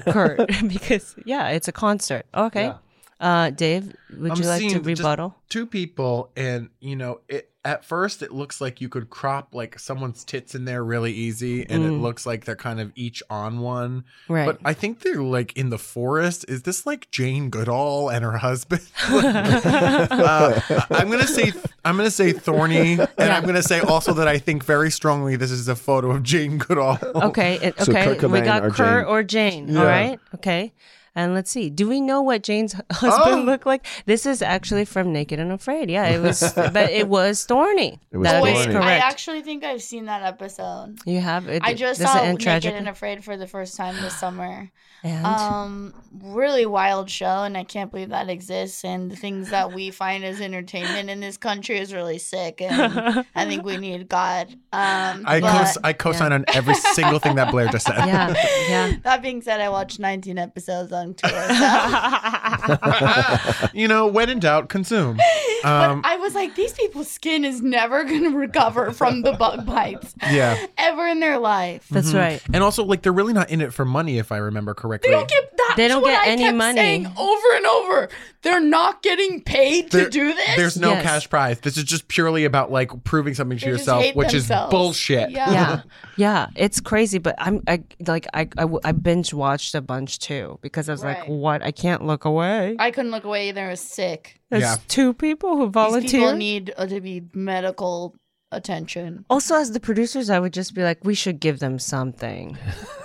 B: Kurt because yeah, it's a concert. Okay. Uh, Dave, would you like to
E: seeing just
B: rebuttal?
E: two people and you know it at first it looks like you could crop like someone's tits in there really easy and it looks like they're kind of each on one
B: Mm. Right.
E: but i think they're like in the forest is this like jane goodall and her husband Uh, I- i'm gonna say i'm gonna say thorny and i'm gonna say also that i think very strongly this is a photo of jane goodall
B: Okay. it-
F: Oh. So
B: okay.
F: Kurt
B: we
F: Cobain
B: got
F: or
B: Kurt
F: Jane.
B: or Jane. All
F: Yeah.
B: right. Okay. And let's see. Do we know what Jane's husband
E: Oh.
B: looked like? This is actually from Naked and Afraid. Yeah, it was, but it was Thorny.
F: It was
B: That is
F: Thorny.
B: correct.
G: I actually think I've seen that episode.
B: you have it.
G: I just
B: this
G: saw
B: and
G: Naked
B: tragic.
G: and Afraid for the first time this summer.
B: and
G: Um, really wild show, and I can't believe that exists. And the things that we find as entertainment in this country is really sick. And I think we need God. Um,
E: i
G: but-
E: co i co-sign on every single thing that blair just said
B: yeah, yeah.
G: that being said, I watched 19 episodes on tour. So.
E: you know when in doubt consume Um,
G: but I was like, these people's skin is never gonna recover from the bug bites
E: yeah.
G: ever in their life.
F: Mm-hmm.
E: Mhm. And also, like, they're really not in it for money, if I remember correctly.
G: They don't get that.
B: They don't get
G: I
B: any
G: kept
B: money.
G: Saying over and over, they're not getting paid
E: There-
G: to do this.
E: There's no cash prize. This is just purely about like proving something to
G: They just
E: yourself,
G: hate
E: which
G: themselves.
E: is bullshit.
G: Yeah.
B: yeah yeah it's crazy but i'm I, like I, I w- I binge watched a bunch too because i was like
G: Right.
B: what i can't look away
G: I couldn't look away either. I was sick.
B: there's two people who
G: These people
B: volunteer
G: need uh, to be medical attention.
B: also as the producers i would just be like we should give them something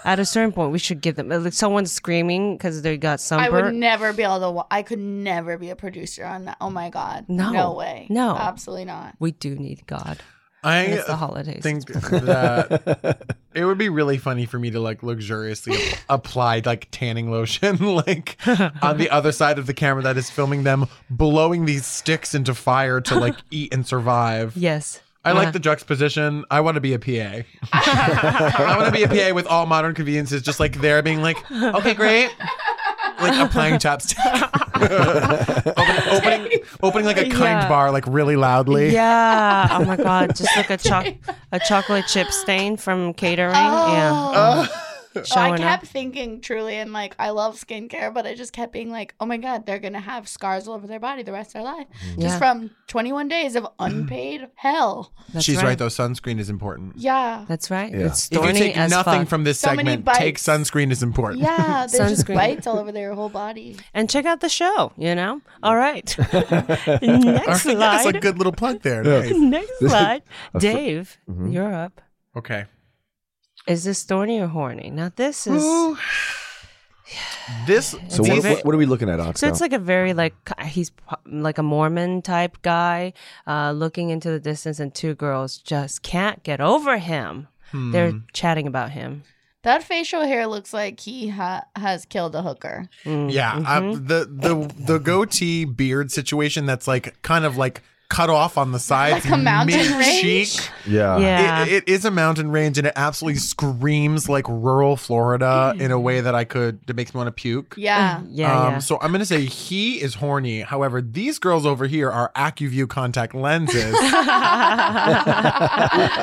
B: at a certain point we should give them like someone's screaming because they got
G: I
B: sunburned
G: would never be able to. Wa- I could never be a producer on that. Oh my god.
B: No.
G: No way.
B: No.
G: Absolutely not.
B: we do need god
E: I
B: And it's the holidays
E: think that it would be really funny for me to like luxuriously apply like tanning lotion like on the other side of the camera that is filming them blowing these sticks into fire to like eat and survive.
B: yes
E: I
B: Yeah.
E: like the juxtaposition. I want to be a PA. I want to be a PA with all modern conveniences, just like there being like, okay, great. Like applying chapstick. opening, opening, opening like a kind
B: Yeah.
E: bar, like really loudly.
B: yeah oh my god just like a choc a chocolate chip stain from catering yeah
E: Uh,
G: So Oh, I
B: showing up
G: kept thinking truly, and like I love skincare, but I just kept being like, oh my god, they're gonna have scars all over their body the rest of their life,
E: Mm-hmm.
B: Yeah.
G: just from 21 days of unpaid hell.
E: She's right. though. Sunscreen is important.
G: Yeah.
B: That's right.
E: Yeah.
B: It's
E: if you
B: thorny
E: take
B: as
E: nothing
B: fuck.
E: from this
G: So many
E: segment, take
G: bites.
E: sunscreen is important.
G: Yeah, there's just
B: Sunscreen.
G: bites all over their whole body.
B: and check out the show. You know. All right. Next
E: All right, That's a
B: slide.
E: good little plug there. Nice.
F: Yeah.
B: Next slide. Dave,
E: Mm-hmm.
F: Mhm.
B: you're up.
E: Okay.
B: Is this thorny or horny? Now this is.
E: Ooh. This
F: So
B: It's
F: what,
B: very-
F: what, what are we looking at, Oxo?
B: So it's like a very like he's pro- like a Mormon type guy, uh, looking into the distance, and two girls just can't get over him.
E: Hmm.
B: They're chatting about him.
G: That facial hair looks like he ha- has killed a hooker.
E: Yeah, um, the the the goatee beard situation that's like kind of like cut off on the sides,
G: Like a mountain
E: mid cheek.
G: range?
F: yeah.
B: Yeah.
E: It, it is a mountain range, and it absolutely screams like rural
G: Mm-hmm.
E: Florida in a way that I could that makes me want to puke.
G: Yeah.
B: yeah,
E: um,
B: yeah.
E: So I'm gonna say he is horny. However, these girls over here are AccuView contact lenses.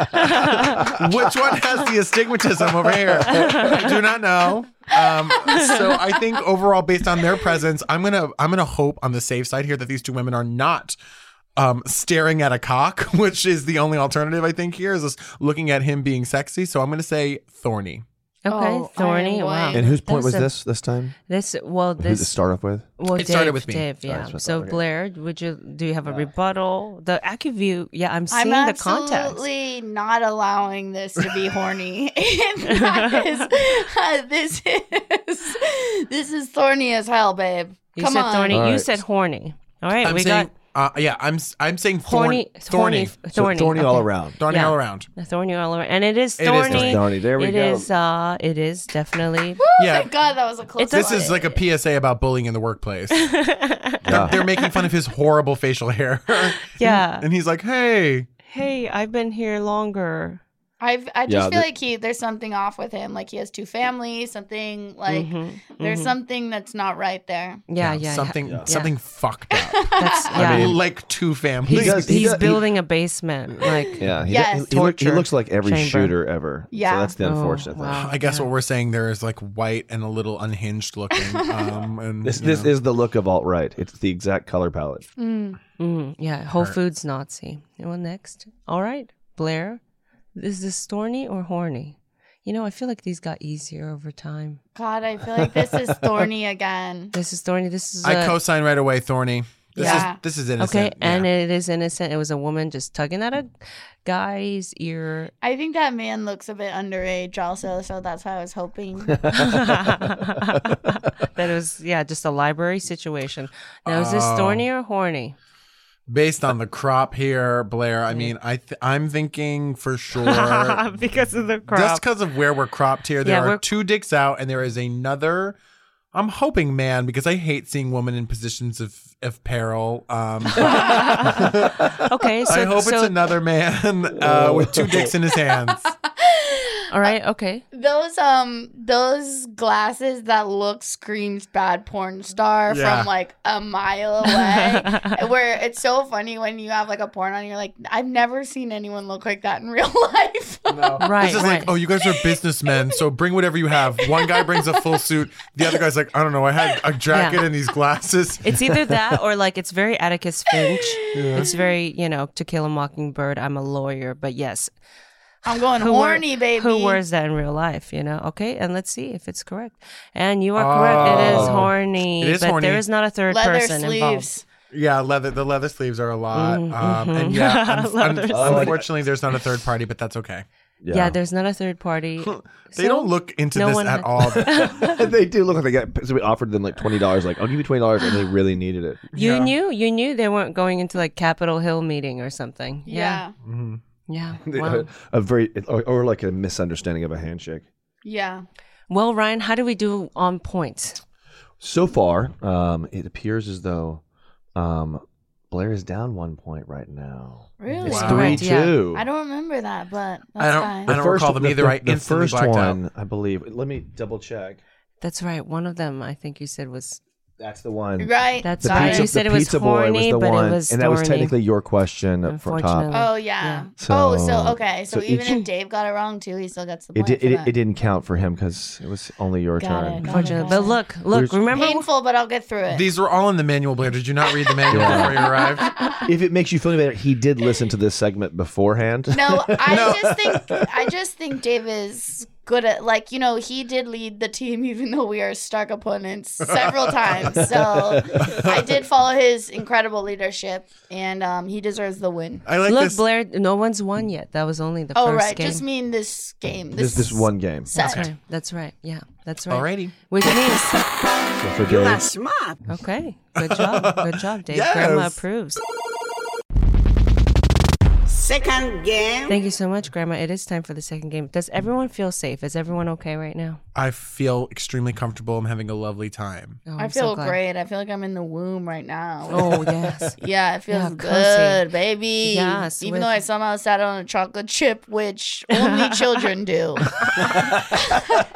E: Which one has the astigmatism over here? I do not know. Um, so I think overall, based on their presence, I'm gonna I'm gonna hope on the safe side here that these two women are not um, staring at a cock, which is the only alternative I think here is just looking at him being sexy. So I'm gonna say thorny.
B: okay,
G: Oh,
B: thorny.
G: I
B: Wow.
G: like-
F: And whose point
B: That
F: was
B: a-
F: this this time?
B: This well,
F: Who to
B: this
F: start off with?
B: Well,
E: It
B: Dave,
E: started with me.
B: Dave,
F: Sorry,
B: yeah.
F: that's what I
B: so
F: thought, okay.
B: Blair, would you do you have a rebuttal? The AccuView, yeah, I'm seeing
G: I'm
B: the contacts.
G: absolutely not allowing this to be horny. And that is, uh, this is this is thorny as hell, babe.
B: You
G: Come
B: said
G: on.
E: Oh,
B: thorny.
F: All
B: You
F: right.
B: said horny. All right,
E: I'm
B: we
E: saying,
B: got
E: uh, yeah, I'm s- I'm saying thorn-
B: horny, thorny,
E: thorny,
F: So
B: thorny,
F: thorny all
B: okay.
F: around.
E: thorny all
B: Yeah.
E: around.
B: Thorny all around, and it is
E: It is
B: thorny.
E: thorny.
F: Darny, there we
B: It
F: go.
B: is, Uh, it is definitely.
E: yeah.
G: Thank God that was a close.
B: It's a-
E: This
G: one.
E: is like a PSA about bullying in the workplace.
F: Yeah.
E: They're making fun of his horrible facial hair.
B: yeah.
E: and he's like, hey.
B: Hey, I've been here longer.
G: I've, I just
F: Yeah,
G: feel
F: the-
G: like he there's something off with him. Like he has two families. Something like
B: Mm-hmm,
G: there's something that's not right there.
B: Yeah, yeah. yeah.
E: something something fucked up.
B: That's, yeah.
E: I mean, like two
B: he's
E: families.
F: He does- he
B: he's
F: does- he-
B: building a basement. Like,
F: Yeah. He,
G: Yes.
F: he, he, look- he
B: Torture
F: looks like every
B: chamber.
F: shooter ever.
G: Yeah.
F: So that's the
B: Oh,
F: unfortunate
B: wow.
F: thing.
E: I guess what we're saying there is like white and a little unhinged looking. Um, and
F: This
E: you
F: this
E: know.
F: is the look of alt right. It's the exact color palette.
B: mm, yeah. Whole Foods Nazi. Well, next. All right, Blair. Is this thorny or horny? You know, I feel like these got easier over time.
G: God, I feel like this is thorny again.
B: This is thorny. This is
E: I
B: a-
E: co-sign right away, Thorny. This
G: Yeah.
E: is this is
B: okay,
E: innocent.
B: and
E: Yeah.
B: it is innocent. It was a woman just tugging at a guy's ear.
G: I think that man looks a bit underage also, so that's why I was hoping.
B: that it was yeah, just a library situation. Now is this
E: Oh.
B: thorny or horny?
E: based on the crop here, Blair. I mean, I th- I'm thinking for sure.
B: because of the
E: Just because of where we're cropped here, there
B: Yeah,
E: are
B: we're-
E: two dicks out, and there is another. I'm hoping man because I hate seeing women in positions of of peril. Um,
B: okay, so
E: I hope
B: so
E: it's another man uh, with two dicks in his hands.
B: All right. Okay.
G: Those um those glasses that look screams bad porn star
B: Yeah.
G: from like a mile away. where it's so funny when you have like a porn on, you're like, I've never seen anyone look like that in real life.
E: It's just like, oh, you guys are businessmen, so bring whatever you have. One guy brings a full suit. The other guy's like, I don't know, I had a jacket
B: Yeah.
E: and these glasses.
B: It's either that or like it's very Atticus Finch.
E: Yeah.
B: It's very, you know, To Kill a Mockingbird. I'm a lawyer, but yes.
G: I'm going
B: wear-
G: horny, baby.
B: Who wears that in real life, you know? Okay, and let's see if it's correct. And you are correct. It is
E: Oh.
B: horny.
E: It is
B: but there
E: horny.
B: is not a third
G: Leather
B: person
G: sleeves.
B: involved.
E: Yeah, leather. The leather sleeves are a lot,
B: Mm,
E: um, and
B: mhm.
E: yeah, un- un-
B: Leather sleeves.
E: unfortunately, there's not a third party, but that's okay.
B: Yeah. there's not a third party.
E: They don't look into this at
F: all. they do look like they got somebody offered them like twenty dollars. Like "Oh, I'll give you twenty dollars, and they really needed it.
B: You knew, you knew they weren't going into like Capitol Hill meeting or something. Yeah.
F: Mm-hmm.
B: Yeah. Wow.
F: a, very or, or like a misunderstanding of a handshake.
G: Yeah.
B: Well, Ryan, how do we do on points?
F: So far, um, it appears as though um, Blair is down one point right now.
G: Really?
F: It's three two.
G: I don't remember that, but that's
E: I don't-
G: fine.
E: I don't recall them either. I
F: the
E: instantly
F: first
E: blacked out.
F: one, I believe. Let me double check.
B: That's right. One of them, I think you said was.
F: That's the one.
G: Right.
B: That's
F: the
B: right.
F: Pizza,
B: you said
F: the
B: it was
F: pizza boy
B: horny,
F: was the
B: but
F: one,
B: it was
F: and that was
B: thorny.
F: technically your question up from top.
G: Oh yeah.
F: So-
G: oh, so okay. So,
F: so
G: even
F: each-
G: if Dave got it wrong too, he still gets the
F: It,
G: point.
F: did,
G: for
F: it,
G: that.
F: it didn't count for him because it was only your
G: Got
F: turn.
G: it, got
B: Unfortunately. But look, look,
F: There's-
B: remember.
G: Painful, but I'll get through it.
E: These were all in the manual, Blair. Did you not read the manual
F: Yeah.
E: before you arrived?
F: if it makes you feel any better, he did listen to this segment beforehand.
G: No, I just think I just think Dave is good at like you know he did lead the team even though we are stark opponents several times. So I did follow his incredible leadership, and um, he deserves the win.
B: look, Blair, no one's won yet. That was only the
G: oh
B: first
G: right,
B: game.
G: just mean this game.
F: This this one game.
B: That's right. That's right. Yeah, that's right.
E: Alrighty.
B: Which means
F: So for
B: You
F: Dave-
B: are smart. Okay. Good job. Good job, Dave.
I: Yes.
B: Grandma approves.
I: Second game.
B: Thank you so much, Grandma. It is time for the second game. Does everyone feel safe? Is everyone okay right now?
E: I feel extremely comfortable. I'm having a lovely time.
B: Oh,
G: I
B: I'm
G: feel
B: so glad.
G: great. I feel like I'm in the womb right now.
B: Oh, yes.
G: yeah, it feels
B: Yeah, cozy.
G: good, baby.
B: Yes,
G: Even
B: with-
G: though I somehow sat on a chocolate chip, which only children do.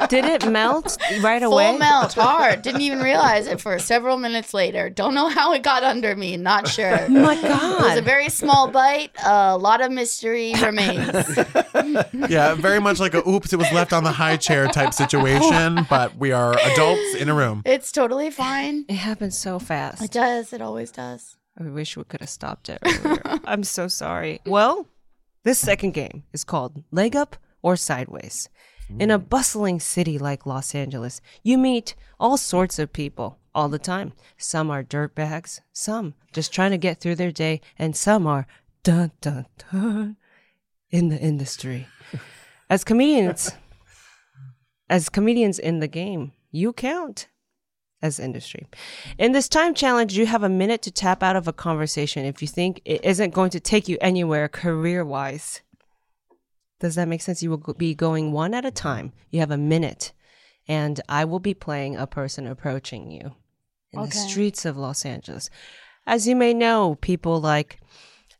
B: Did it melt right away?
G: Full melt, hard. Didn't even realize it for several minutes later. Don't know how it got under me. Not sure. Oh
B: my
G: It was a very small bite. A lot of mystery remains.
E: Yeah, very much like a oops, it was left on the high chair type situation, but we are adults in a room.
G: it's totally fine.
B: It happens so fast.
G: It does. It always does.
B: I wish we could have stopped it. earlier. I'm so sorry. Well, this second game is called Leg Up or Sideways. In a bustling city like Los Angeles, you meet all sorts of people all the time. Some are dirtbags, some just trying to get through their day, and some are dun dun dun in the industry. As comedians, as comedians in the game, you count as industry. In this time challenge, you have a minute to tap out of a conversation if you think it isn't going to take you anywhere career wise. Does that make sense? You will go- be going one at a time. You have a minute, and I will be playing a person approaching you in the
J: Okay.
B: streets of Los Angeles. As you may know, people like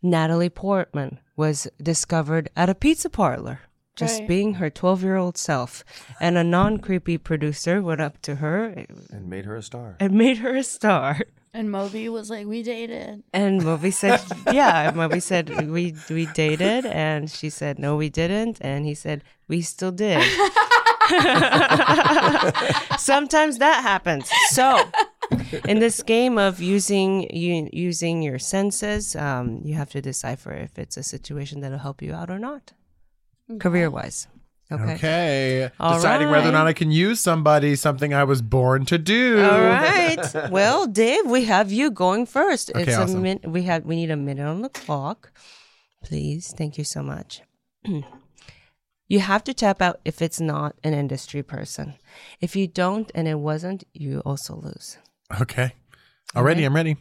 B: Natalie Portman was discovered at a pizza parlor, just
J: Right.
B: being her 12 year old self. And a non creepy producer went up to her
F: and made her a star.
B: and made her a star.
G: And Moby was like, "We dated."
B: And Moby said, "Yeah." And Moby said, "We we dated," and she said, "No, we didn't." And he said, "We still did." Sometimes that happens. So, in this game of using you, using your senses, um, you have to decipher if it's a situation that'll help you out or not, career wise. Okay.
E: Okay.
B: All
E: Deciding whether or
B: right.
E: not I can use somebody, something I was born to do.
B: All right. Well, Dave, we have you going first.
E: Okay,
B: it's a
E: awesome.
B: min- we have we need a minute on the clock. Please. Thank you so much. you have to tap out if it's not an industry person. If you don't and it wasn't, you also lose.
E: Okay. Already,
B: Okay.
E: I'm ready.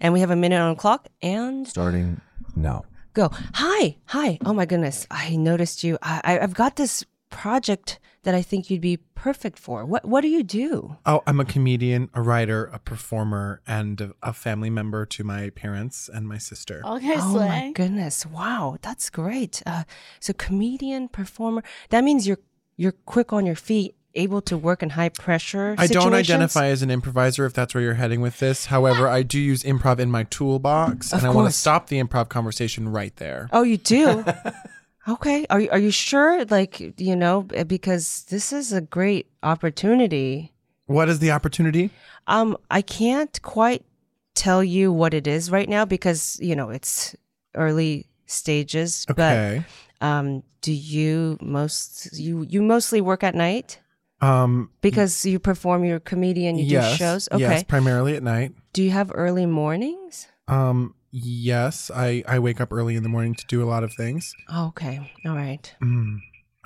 B: And we have a minute on the clock and
F: Starting now.
B: go. Hi. Hi. Oh my goodness. I noticed you. I, I I've got this project that I think you'd be perfect for? What What do you do?
E: Oh, I'm a comedian, a writer, a performer, and a- a family member to my parents and my sister.
B: oh my goodness! Wow, that's great. Uh, so comedian, performer. That means you're you're quick on your feet, able to work in high pressure.
E: I don't
B: situations?
E: identify as an improviser if that's where you're heading with this. However, I do use improv in my toolbox,
B: Of
E: and I want to
B: course.
E: stop the improv conversation right there.
B: Oh, you do. okay. Are you Are you sure? Like you know, because this is a great opportunity.
E: What is the opportunity?
B: Um, I can't quite tell you what it is right now because you know it's early stages.
E: Okay.
B: But um, do you most you you mostly work at night
E: Um,
B: because you perform, you're a comedian, you
E: yes,
B: do shows. Okay.
E: Yes, primarily at night.
B: do you have early mornings?
E: Um, yes, I I wake up early in the morning to do a lot of things.
B: Oh, okay. All right.
E: Mm,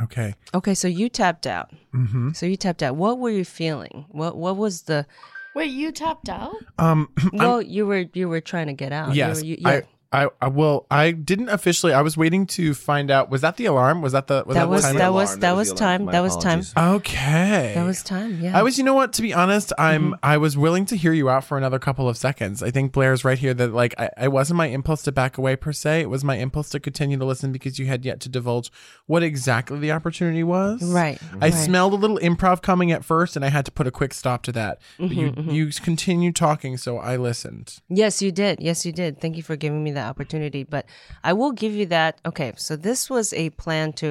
E: okay.
B: Okay. So you tapped out.
E: Mm-hmm.
B: So you tapped out. What were you feeling? What What was the
G: Wait, you tapped out?
E: Um, I'm-
B: well? you were you were trying to get out. You
E: Yes.
B: were- you- yeah.
E: I, I, I well, I didn't officially. I was waiting to find out. Was that the alarm? Was that the? Was that,
B: that
E: the
B: was
E: timer?
B: that was that was time. That was time.
E: Okay.
B: That was time. Yeah. Mm-hmm.
E: I was, you know what? To be honest, I'm. I was willing to hear you out for another couple of seconds. I think Blair's right here that like I, I wasn't my impulse to back away per se. It was my impulse to continue to listen because you had yet to divulge what exactly the opportunity was.
B: Right,
E: I
B: right.
E: smelled a little improv coming at first, and I had to put a quick stop to that. but you
B: Mhm, mhm.
E: you continue talking, so I listened.
B: Yes, you did. Yes, you did. Thank you for giving me that opportunity. But I will give you that. Okay, so this was a plan to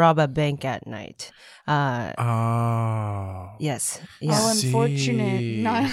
B: rob a bank at night. Uh,
E: Oh.
B: yes.
G: How
B: Yes.
G: unfortunate. No.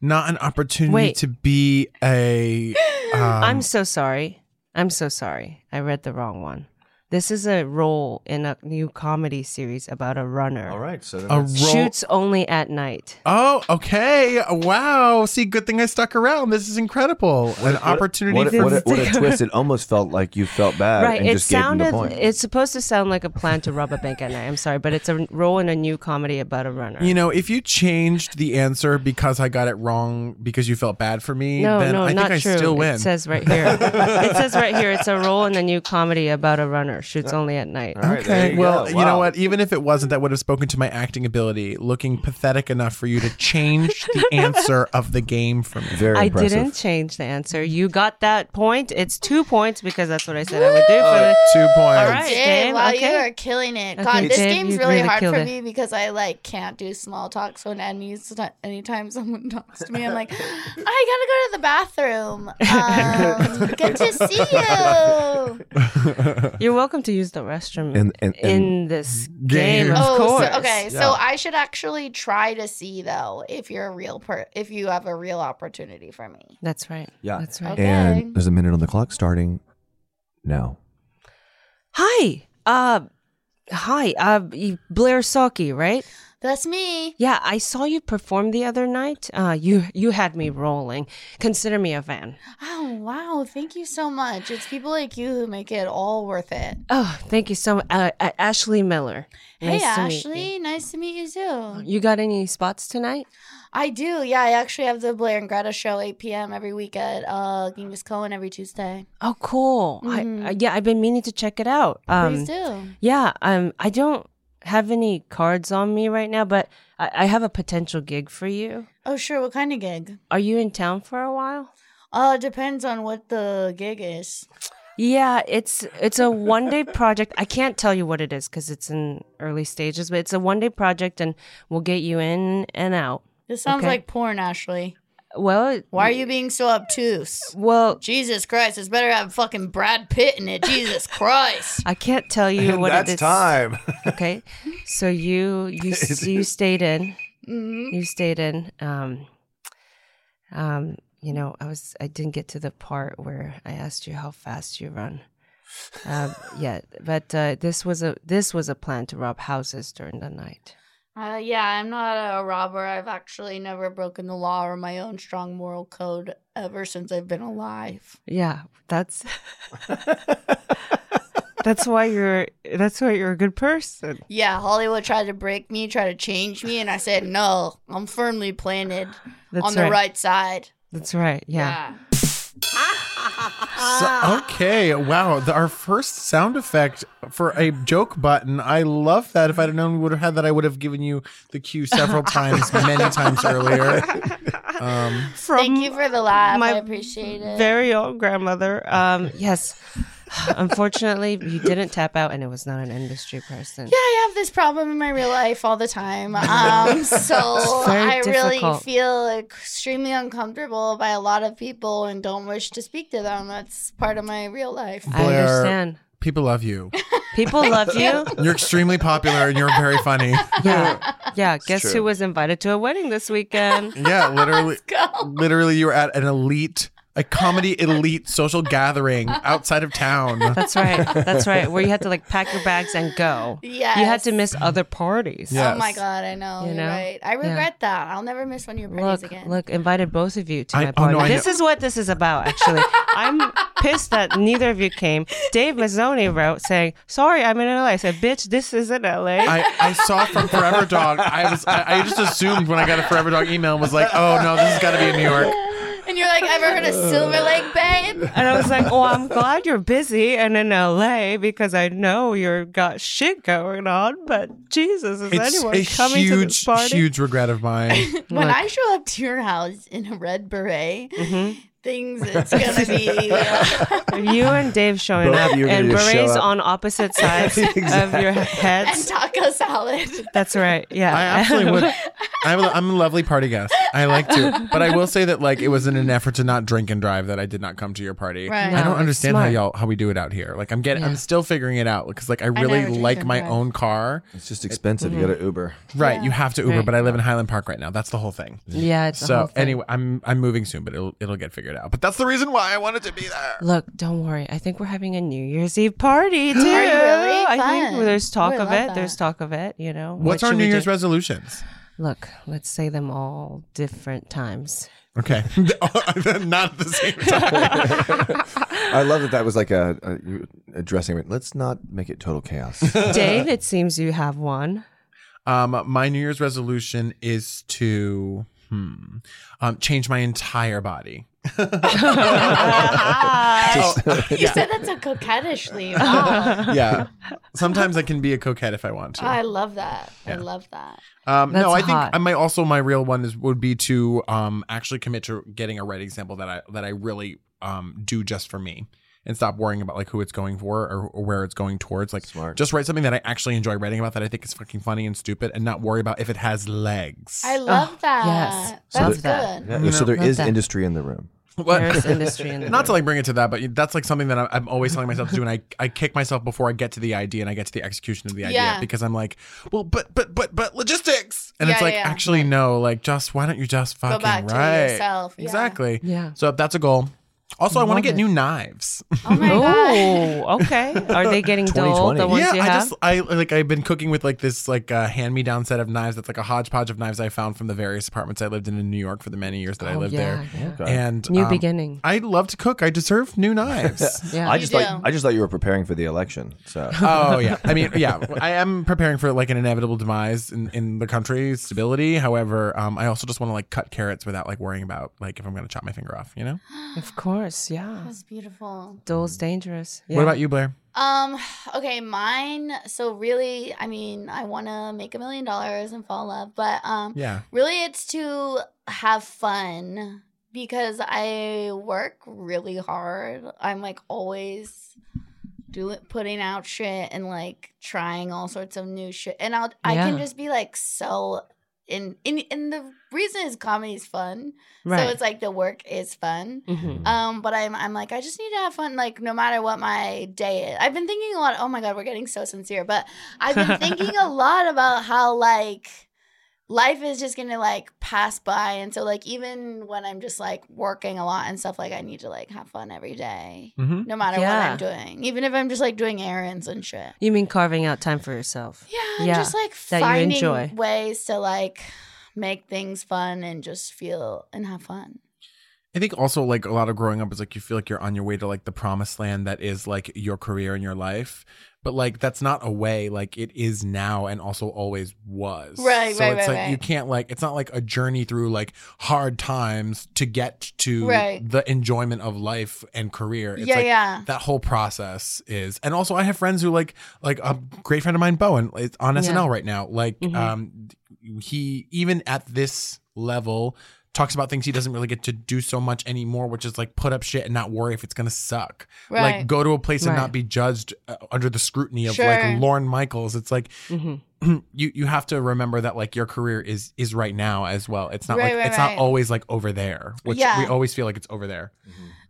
E: Not an opportunity
B: Wait.
E: to be a. Um,
B: I'm so sorry. I'm so sorry. I read the wrong one. This is a role in a new comedy series about a runner. All
F: right, so
E: then A that's- role-
B: shoots only at night.
E: Oh, okay. Wow. See, good thing I stuck around. This is incredible. An opportunity
F: What, a-
E: for
F: what, a, what a twist! It almost felt like you felt bad
B: right.
F: and
B: It
F: just gave him the
B: sounded.
F: point.
B: It's supposed to sound like a plan to rob a bank at night. I'm sorry, but it's a role in a new comedy about a runner.
E: You know, if you changed the answer because I got it wrong because you felt bad for me,
B: No,
E: then
B: no,
E: I think
B: not
E: I
B: true.
E: still win.
B: It says right here. it says right here. It's a role in the new comedy about a runner. Shoots only at night.
E: okay. well, you know
F: Wow.
E: what? Even if it wasn't, that would have spoken to my acting ability, looking pathetic enough for you to change the answer of the game for me.
F: Very
B: I didn't change the answer. You got that point. It's two points because that's what I said I would do for the
E: Two points.
B: All right,
G: Dave,
B: Dave,
G: wow,
B: okay.
G: you are killing it.
B: Okay,
G: God, this
B: Dave,
G: game's
B: you
G: really,
B: really
G: hard
B: killed
G: for
B: it.
G: me because I like can't do small talk. So any anytime someone talks to me, I'm like, I gotta go to the bathroom. Um, good to see you.
B: You're welcome to use the restroom
F: And- and-
B: in
F: and-
B: this
F: Game.
B: game, of
G: oh,
B: course.
G: So, okay. So I should actually try to see though if you're a real per if you have a real opportunity for me.
B: that's right.
F: Yeah.
B: that's right.
F: And there's a minute on the clock starting now.
B: Hi, uh, hi, uh, you- Blair Saki, right?
G: That's me.
B: Yeah, I saw you perform the other night. Uh, you you had me rolling. Consider me a fan.
G: Oh wow! Thank you so much. It's people like you who make it all worth it.
B: Oh, thank you so much, uh, uh, Ashley Miller.
G: Hey,
B: Nice to meet you.
G: Ashley. Nice to meet you too.
B: You got any spots tonight?
G: I do. Yeah, I actually have the Blair and Greta show 8 p.m. every week at uh, Genghis Cohen every Tuesday.
B: Oh, cool. I, uh, yeah, I've been meaning to check it out.
G: Mm.
B: Um,
G: Please do.
B: Yeah, um, I don't have any cards on me right now, but I, I have a potential gig for you.
G: Oh, sure. What kind of gig?
B: Are you in town for a while?
G: Uh, depends on what the gig is.
B: Yeah, it's it's a one day project. I can't tell you what it is because it's in early stages, but it's a one day project, and we'll get you in and out.
G: This sounds
B: Okay.
G: like porn, Ashley.
B: Well,
G: Why are you being so obtuse?
B: Well,
G: Jesus Christ, it's better have fucking Brad Pitt in it. Jesus Christ.
B: I can't tell you
F: And
B: what
F: that's
B: it is.
F: time.
B: okay, so you you s- you stayed in.
G: Mm-hmm.
B: You stayed in. Um, um, you know, I was I didn't get to the part where I asked you how fast you run. Um, yet, but uh, this was a this was a plan to rob houses during the night.
G: Uh, yeah, I'm not a robber. I've actually never broken the law or my own strong moral code ever since I've been alive.
B: Yeah, that's that's why you're that's why you're a good person.
G: Yeah, Hollywood tried to break me, tried to change me, and I said, no, I'm firmly planted
B: That's
G: on the
B: right.
G: right, side.
B: That's right. Yeah.
E: So, okay, wow. The- our first sound effect for a joke button. I love that. If I'd have known we would have had that, I would have given you the cue several times, many times earlier. Um,
G: Thank you for the laugh. I
B: my
G: appreciate it.
B: Very old grandmother. Um, yes. Unfortunately, you didn't tap out, and it was not an industry person.
G: Yeah, I have this problem in my real life all the time. Um, so
B: It's very
G: I really
B: difficult.
G: feel extremely uncomfortable by a lot of people and don't wish to speak to them. That's part of my real life.
E: Blair, People love you.
B: People love you.
E: You're extremely popular and you're very funny.
B: Yeah. Yeah. Guess
E: true.
B: who was invited to a wedding this weekend?
E: Yeah, literally. Literally, you were at an elite, a comedy elite social gathering outside of town.
B: That's right. That's right. Where you had to like pack your bags and go. You had to miss other parties.
G: Oh my god, I know.
B: You
G: You
B: know?
G: are right. I
B: Yeah.
G: regret that. I'll never miss one of your parties
B: Look,
G: again.
B: look, invited both of you to
E: I-
B: my
E: oh,
B: party.
E: no, I
B: this
E: know.
B: is what this is about, actually. I'm pissed that neither of you came. Dave Mazzoni wrote saying, Sorry, I'm in LA. I said, Bitch, this isn't LA.
E: I, I saw from Forever Dog. I was I, I just assumed when I got a Forever Dog email and was like, oh no, this has got to be in New York.
G: And you're like, ever heard of Silver Lake, babe?
B: and I was like, Well, I'm glad you're busy and in LA because I know you're got shit going on, but Jesus, is
E: It's
B: anyone
E: a
B: coming to this
E: huge,
B: party?
E: huge regret of mine.
G: when I show up to your house in a red beret,
B: Mhm.
G: things it's gonna be
B: you and Dave showing
F: Both of
B: up
F: you are
B: and
F: gonna just show
B: berets
F: up.
B: on opposite sides of your heads.
G: and taco salad.
B: That's right. Yeah.
E: I absolutely would. I'm a, I'm a lovely party guest. I like to, but I will say that like it was in an effort to not drink and drive that I did not come to your party.
G: Right.
E: I
G: No,
E: don't
G: it's
E: understand how
G: smart.
E: y'all how we do it out here. Like I'm getting, I'm still figuring it out because like I really
G: never drink
E: like
G: and
E: my
G: drive.
E: own car.
F: It's just expensive. You
B: Mm-hmm.
F: got to Uber.
E: Right, you have to Uber,
B: Right.
E: but I live in Highland Park right now. That's the whole thing.
B: Yeah, it's the
E: so
B: whole thing.
E: anyway, I'm I'm moving soon, but it'll it'll get figured out. But that's the reason why I wanted to be there.
B: Look, don't worry. I think we're having a New Year's Eve party too.
G: really?
B: I think
G: Fun.
B: there's talk
G: Ooh, I
B: of it.
G: love
B: There's talk of it. You know. What
E: What's our
B: should
E: New
B: we do?
E: Year's resolutions?
B: Look, let's say them all different times.
E: Okay, not at the same time.
F: I love that that was like a, a, you- a dressing room. Let's not make it total chaos.
B: Dave, it seems you have one.
E: Um, my New Year's resolution is to hmm, um, change my entire body.
G: You said that so coquettishly. Wow.
E: Yeah. Sometimes I can be a coquette if I want to.
G: Oh, I love that. I love that.
E: Um,
B: That's
E: no, I think
B: hot.
E: I might also my real one is would be to um, actually commit to getting a writing sample that I that I really um, do just for me and stop worrying about like who it's going for or, or where it's going towards. Like
F: Smart.
E: just write something that I actually enjoy writing about that I think is fucking funny and stupid and not worry about if it has legs.
G: I love that.
B: Oh, yes.
G: That's
B: Love
G: good.
B: that.
F: Yeah, so there
B: Love
F: is
B: that.
F: industry in the room.
E: What?
B: There is industry in the
E: not to
B: room.
E: like bring it to that, but that's like something that I'm, I'm always telling myself to do, and I, I kick myself before I get to the idea and I get to the execution of the idea
G: Yeah.
E: because I'm like, well, but but but but logistics, and
G: Yeah,
E: it's like
G: yeah, yeah.
E: actually no, like just why don't you just fucking
G: back to
E: right
G: yourself, yeah.
E: exactly
B: Yeah.
E: So that's a goal. Also, I want to
B: Love
E: get
B: it.
E: new knives.
G: Oh my god.
B: Oh, okay. Are they getting dull?
F: 2020.
B: The ones
E: yeah,
B: you
E: I
B: have.
E: just I like I've been cooking with like this like uh, hand me down set of knives that's like a hodgepodge of knives I found from the various apartments I lived in in New York for the many years that I
B: Oh,
E: lived
B: yeah,
E: there.
B: yeah.
F: Okay.
E: And
B: New
E: um,
B: beginning.
E: I love to cook. I deserve new knives.
B: Yeah.
F: I
G: You
F: just
G: do.
F: like I just thought you were preparing for the election. So
E: Oh yeah, I mean yeah, I am preparing for like an inevitable demise in, in the country stability. However, um, I also just want to like cut carrots without like worrying about like if I'm gonna chop my finger off. You know.
B: Of course. Yeah.
G: That's beautiful.
B: Dull's dangerous. Yeah.
E: What about you, Blair?
G: Um, okay, mine. So really, I mean, I want to make a million dollars and fall in love, but um,
E: Yeah.
G: really, it's to have fun because I work really hard. I'm like always doing putting out shit and like trying all sorts of new shit, and I'll I can
B: Yeah.
G: just be like so. In, in in the reason is comedy's fun,
B: Right.
G: so it's like the work is fun.
B: Mhm.
G: Um, but I'm I'm like I just need to have fun, like no matter what my day is. I've been thinking a lot. Oh my god, we're getting so sincere, but I've been thinking a lot about how like life is just gonna like pass by, and so like even when I'm just like working a lot and stuff, like I need to like have fun every day,
E: Mm-hmm.
G: no matter
B: Yeah.
G: what I'm doing, even if I'm just like doing errands and shit.
B: You mean carving out time for yourself?
G: Yeah, and just like
B: that you
G: finding
B: enjoy.
G: ways to like make things fun and just feel and have fun.
E: I think also like a lot of growing up is like you feel like you're on your way to like the promised land that is like your career and your life. but like that's not a way. Like it is now and also always was.
G: Right,
E: So
G: right,
E: it's like
G: right, right.
E: you can't like it's not like a journey through like hard times to get to
G: Right.
E: the enjoyment of life and career. It's
G: Yeah,
E: like
G: yeah.
E: That whole process is, and also I have friends who like like a great friend of mine, Bowen, is on
J: Yeah.
E: SNL right now. Like
G: Mm-hmm.
J: Mhm.
E: um, he even at this level talks about things he doesn't really get to do so much anymore which is like put up shit and not worry if it's gonna suck like
J: Right.
E: go to a place and
J: Right.
E: not be judged uh, under the scrutiny of
J: Sure.
E: like lauren michaels it's like
J: Mhm.
G: Mm-hmm.
E: you you have to remember that like your career is is right now as well it's not
G: Right,
E: like
G: right,
E: it's
G: right.
E: not always like over there which
G: Yeah.
E: we always feel like it's over there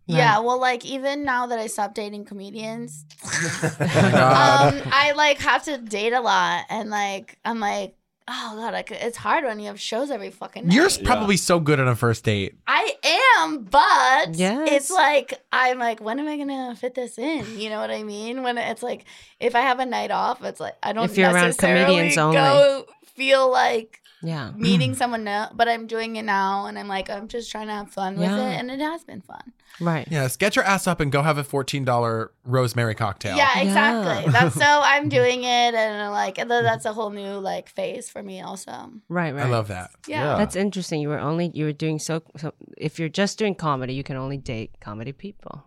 G: Yeah, well, like even now that I stopped dating comedians,
E: God. uh,
B: Ah.
G: um, I like have to date a lot, and like I'm like, oh god, like, it's hard when you have shows every fucking. Night.
E: you're probably so good on a first date
G: I am, but
E: Yes.
G: it's like I'm like, when am I gonna fit this in? You know what I mean? When it's like, if I have a night off, it's like I don't
B: If you're around
G: necessarily
B: comedians only.
G: go feel like
B: Yeah.
G: meeting someone new, but I'm doing it now, and I'm like, I'm just trying to have fun with
E: Yeah.
G: it, and it has been fun.
B: Right.
E: Yes. Get your ass up and go have a $14 rosemary cocktail.
G: Yeah, exactly. That's so I'm doing it, and like and then that's a whole new like phase for me, also.
B: Right,
E: I
B: right.
E: love that.
G: Yeah. Yeah.
B: That's interesting. You were only you were doing so, so if you're just doing comedy, you can only date comedy people.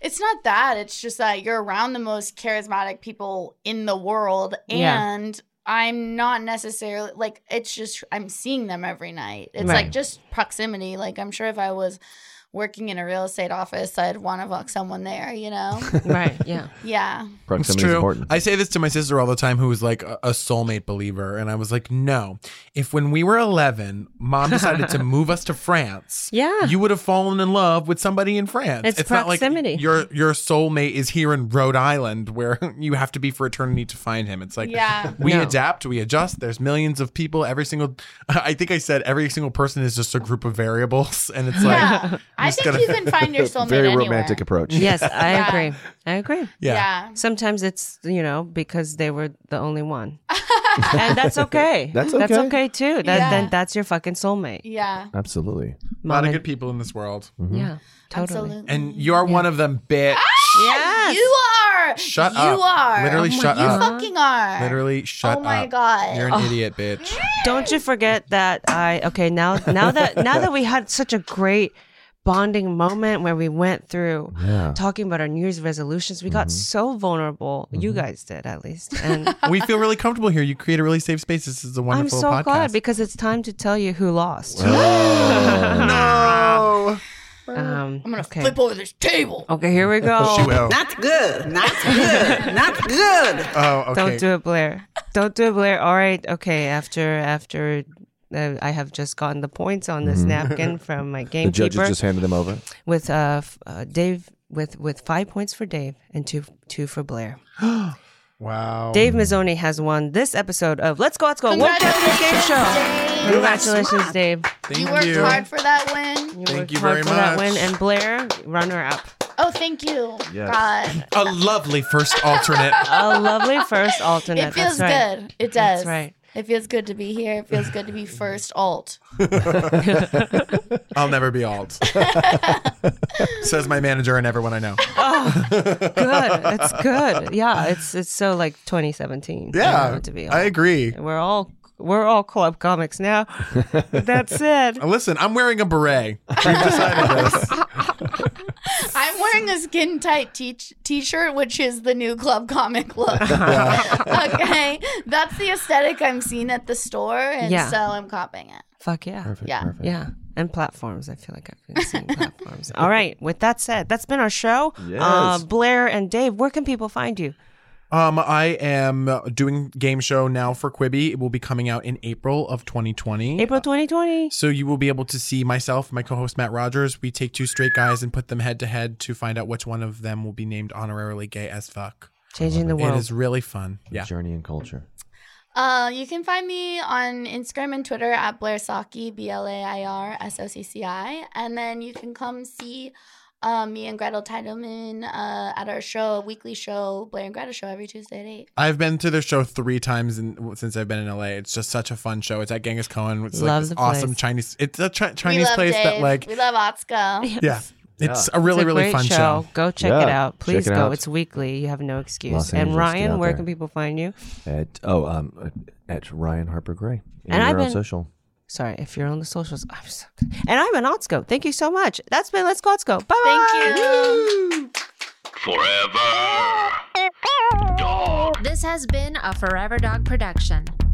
G: It's not that. It's just that you're around the most charismatic people in the world,
B: Yeah.
G: and I'm not necessarily like it's just I'm seeing them every night. It's like
B: Right.
G: just proximity. Like I'm sure if I was working in a real estate office, I'd want to fuck someone there. You know?
B: right. Yeah.
G: Yeah.
F: Proximity is important.
E: I say this to my sister all the time, who is like a, a soulmate believer. And I was like, no, if when we were 11, mom decided to move us to France,
B: Yeah.
E: you would have fallen in love with somebody in France.
B: It's proximity.
E: Not like your, your soulmate is here in Rhode Island where you have to be for eternity to find him. It's like,
J: Yeah.
E: we
J: No.
E: adapt, we adjust. There's millions of people. Every single, I think I said every single person is just a group of variables. And it's like,
G: Yeah.
E: you're
G: I
E: just
G: think you can find your soulmate
E: Very
G: anywhere.
E: romantic approach.
B: Yes, I
G: Yeah.
B: agree. I agree.
E: Yeah.
G: Yeah.
B: Sometimes it's you know because they were the only one, and that's okay.
F: That's
B: That's
F: okay.
B: okay too. That
G: Yeah.
B: then that's your fucking soulmate.
G: Yeah.
F: Absolutely.
E: A lot of good people in this world.
B: Yeah. Totally.
G: Absolutely.
E: And you're one of them, bitch.
G: Yes. You are.
E: Shut
G: you
E: up.
G: You are.
E: Literally
G: Oh my-
E: shut up.
G: You fucking are.
E: Literally, shut
G: Oh my
E: up.
G: God.
E: You're an
B: Oh.
E: idiot, bitch.
B: Don't you forget that I okay now now that now that we had such a great bonding moment where we went through
F: Yeah. Mm-hmm.
B: talking about our New Year's resolutions, we got so vulnerable. You guys did at least, and
E: we feel really comfortable here. You create a really safe space. This is a
B: I'm
E: wonderful
B: so
E: podcast.
B: glad because it's time to tell you who lost.
E: no.
B: Um, I'm gonna okay.
G: flip over this table.
B: Okay, here we go.
I: She will. Not good. Not good. Not good.
E: Oh,
B: Don't do it, Blair. Don't do it, Blair. All right. Okay. After after. Uh, I have just gotten the points on this
F: Mhm.
B: napkin from my
F: The
B: gamekeeper.
F: judges just handed them over.
B: with uh, f- uh Dave with with five points for Dave and two two for Blair.
E: wow.
B: Dave Mazzoni has won this episode of Let's Go Let's Go World Championship Game Show. Congratulations, Dave!
E: Thank
G: You worked hard for that win.
E: Thank
B: worked
E: you
B: hard
E: very
B: for that
E: much.
B: win, and Blair runner up.
G: Oh, thank you.
E: Yes.
G: God.
E: A lovely first alternate.
B: A lovely first alternate.
G: It feels
B: That's right.
G: good. It
B: That's
G: does.
B: right.
G: It feels good to be here. It feels good to be first alt.
E: I'll never be alt. Says my manager and everyone I know.
B: Oh, good. It's good. Yeah, it's it's so like 2017. you
E: Yeah,
B: know, to be
E: I agree.
B: We're all we're all club comics now. That's it.
E: Listen, I'm wearing a beret. We've decided this.
G: I'm wearing a skin tight t- t-shirt, which is the new club comic look. okay, that's the aesthetic I'm seeing at the store, and
B: Yeah.
G: so I'm copying it.
B: Fuck yeah.
G: Perfect, Yeah. perfect.
B: Yeah. And platforms. I feel like I've been seeing platforms. All right. With that said, that's been our show. Uh,
E: Yes.
B: Blair and Dave, where can people find you?
E: Um, I am doing game show now for Quibi. It will be coming out in April of 2020.
B: April 2020.
E: So you will be able to see myself, my co-host Matt Rogers. We take two straight guys and put them head to head to find out which one of them will be named honorarily gay as fuck.
B: Changing the
E: It
B: world.
E: is really fun. Yeah.
F: Journey in culture.
G: Uh, you can find me on Instagram and Twitter at Blair Socci, B L A I R S O C C I. And then you can come see uh, me and Gretel Teidelman uh, at our show, weekly show, Blair and Gretel show every Tuesday at 8.
E: I've been to their show three times in, since I've been in LA. It's just such a fun show. It's at Genghis Cohen. It's
B: Love
E: like this
B: the
E: awesome
B: place.
E: Chinese. It's a chi-
G: we
E: Chinese
G: love
E: place
G: Dave.
E: that like
G: We love Otsko.
E: yeah. It's a really, really
B: great
E: fun show.
B: Go check
F: Yeah,
B: it out.
F: check
B: Please
F: it
B: go.
F: out.
B: It's weekly. You have no excuse.
F: Los
B: and
F: Angeles, get
B: Ryan,
F: out
B: where
F: there.
B: can people find you?
F: At oh um at Ryan Harper Gray.
B: And I've
F: Anywhere on
B: been-
F: social.
B: Sorry, if you're on the socials, I'm so. And I'm an Otsko. Thank you so much. That's been Let's Go Otsko. Bye bye.
A: Thank
B: you.
A: Forever.
J: This has been a Forever Dog production.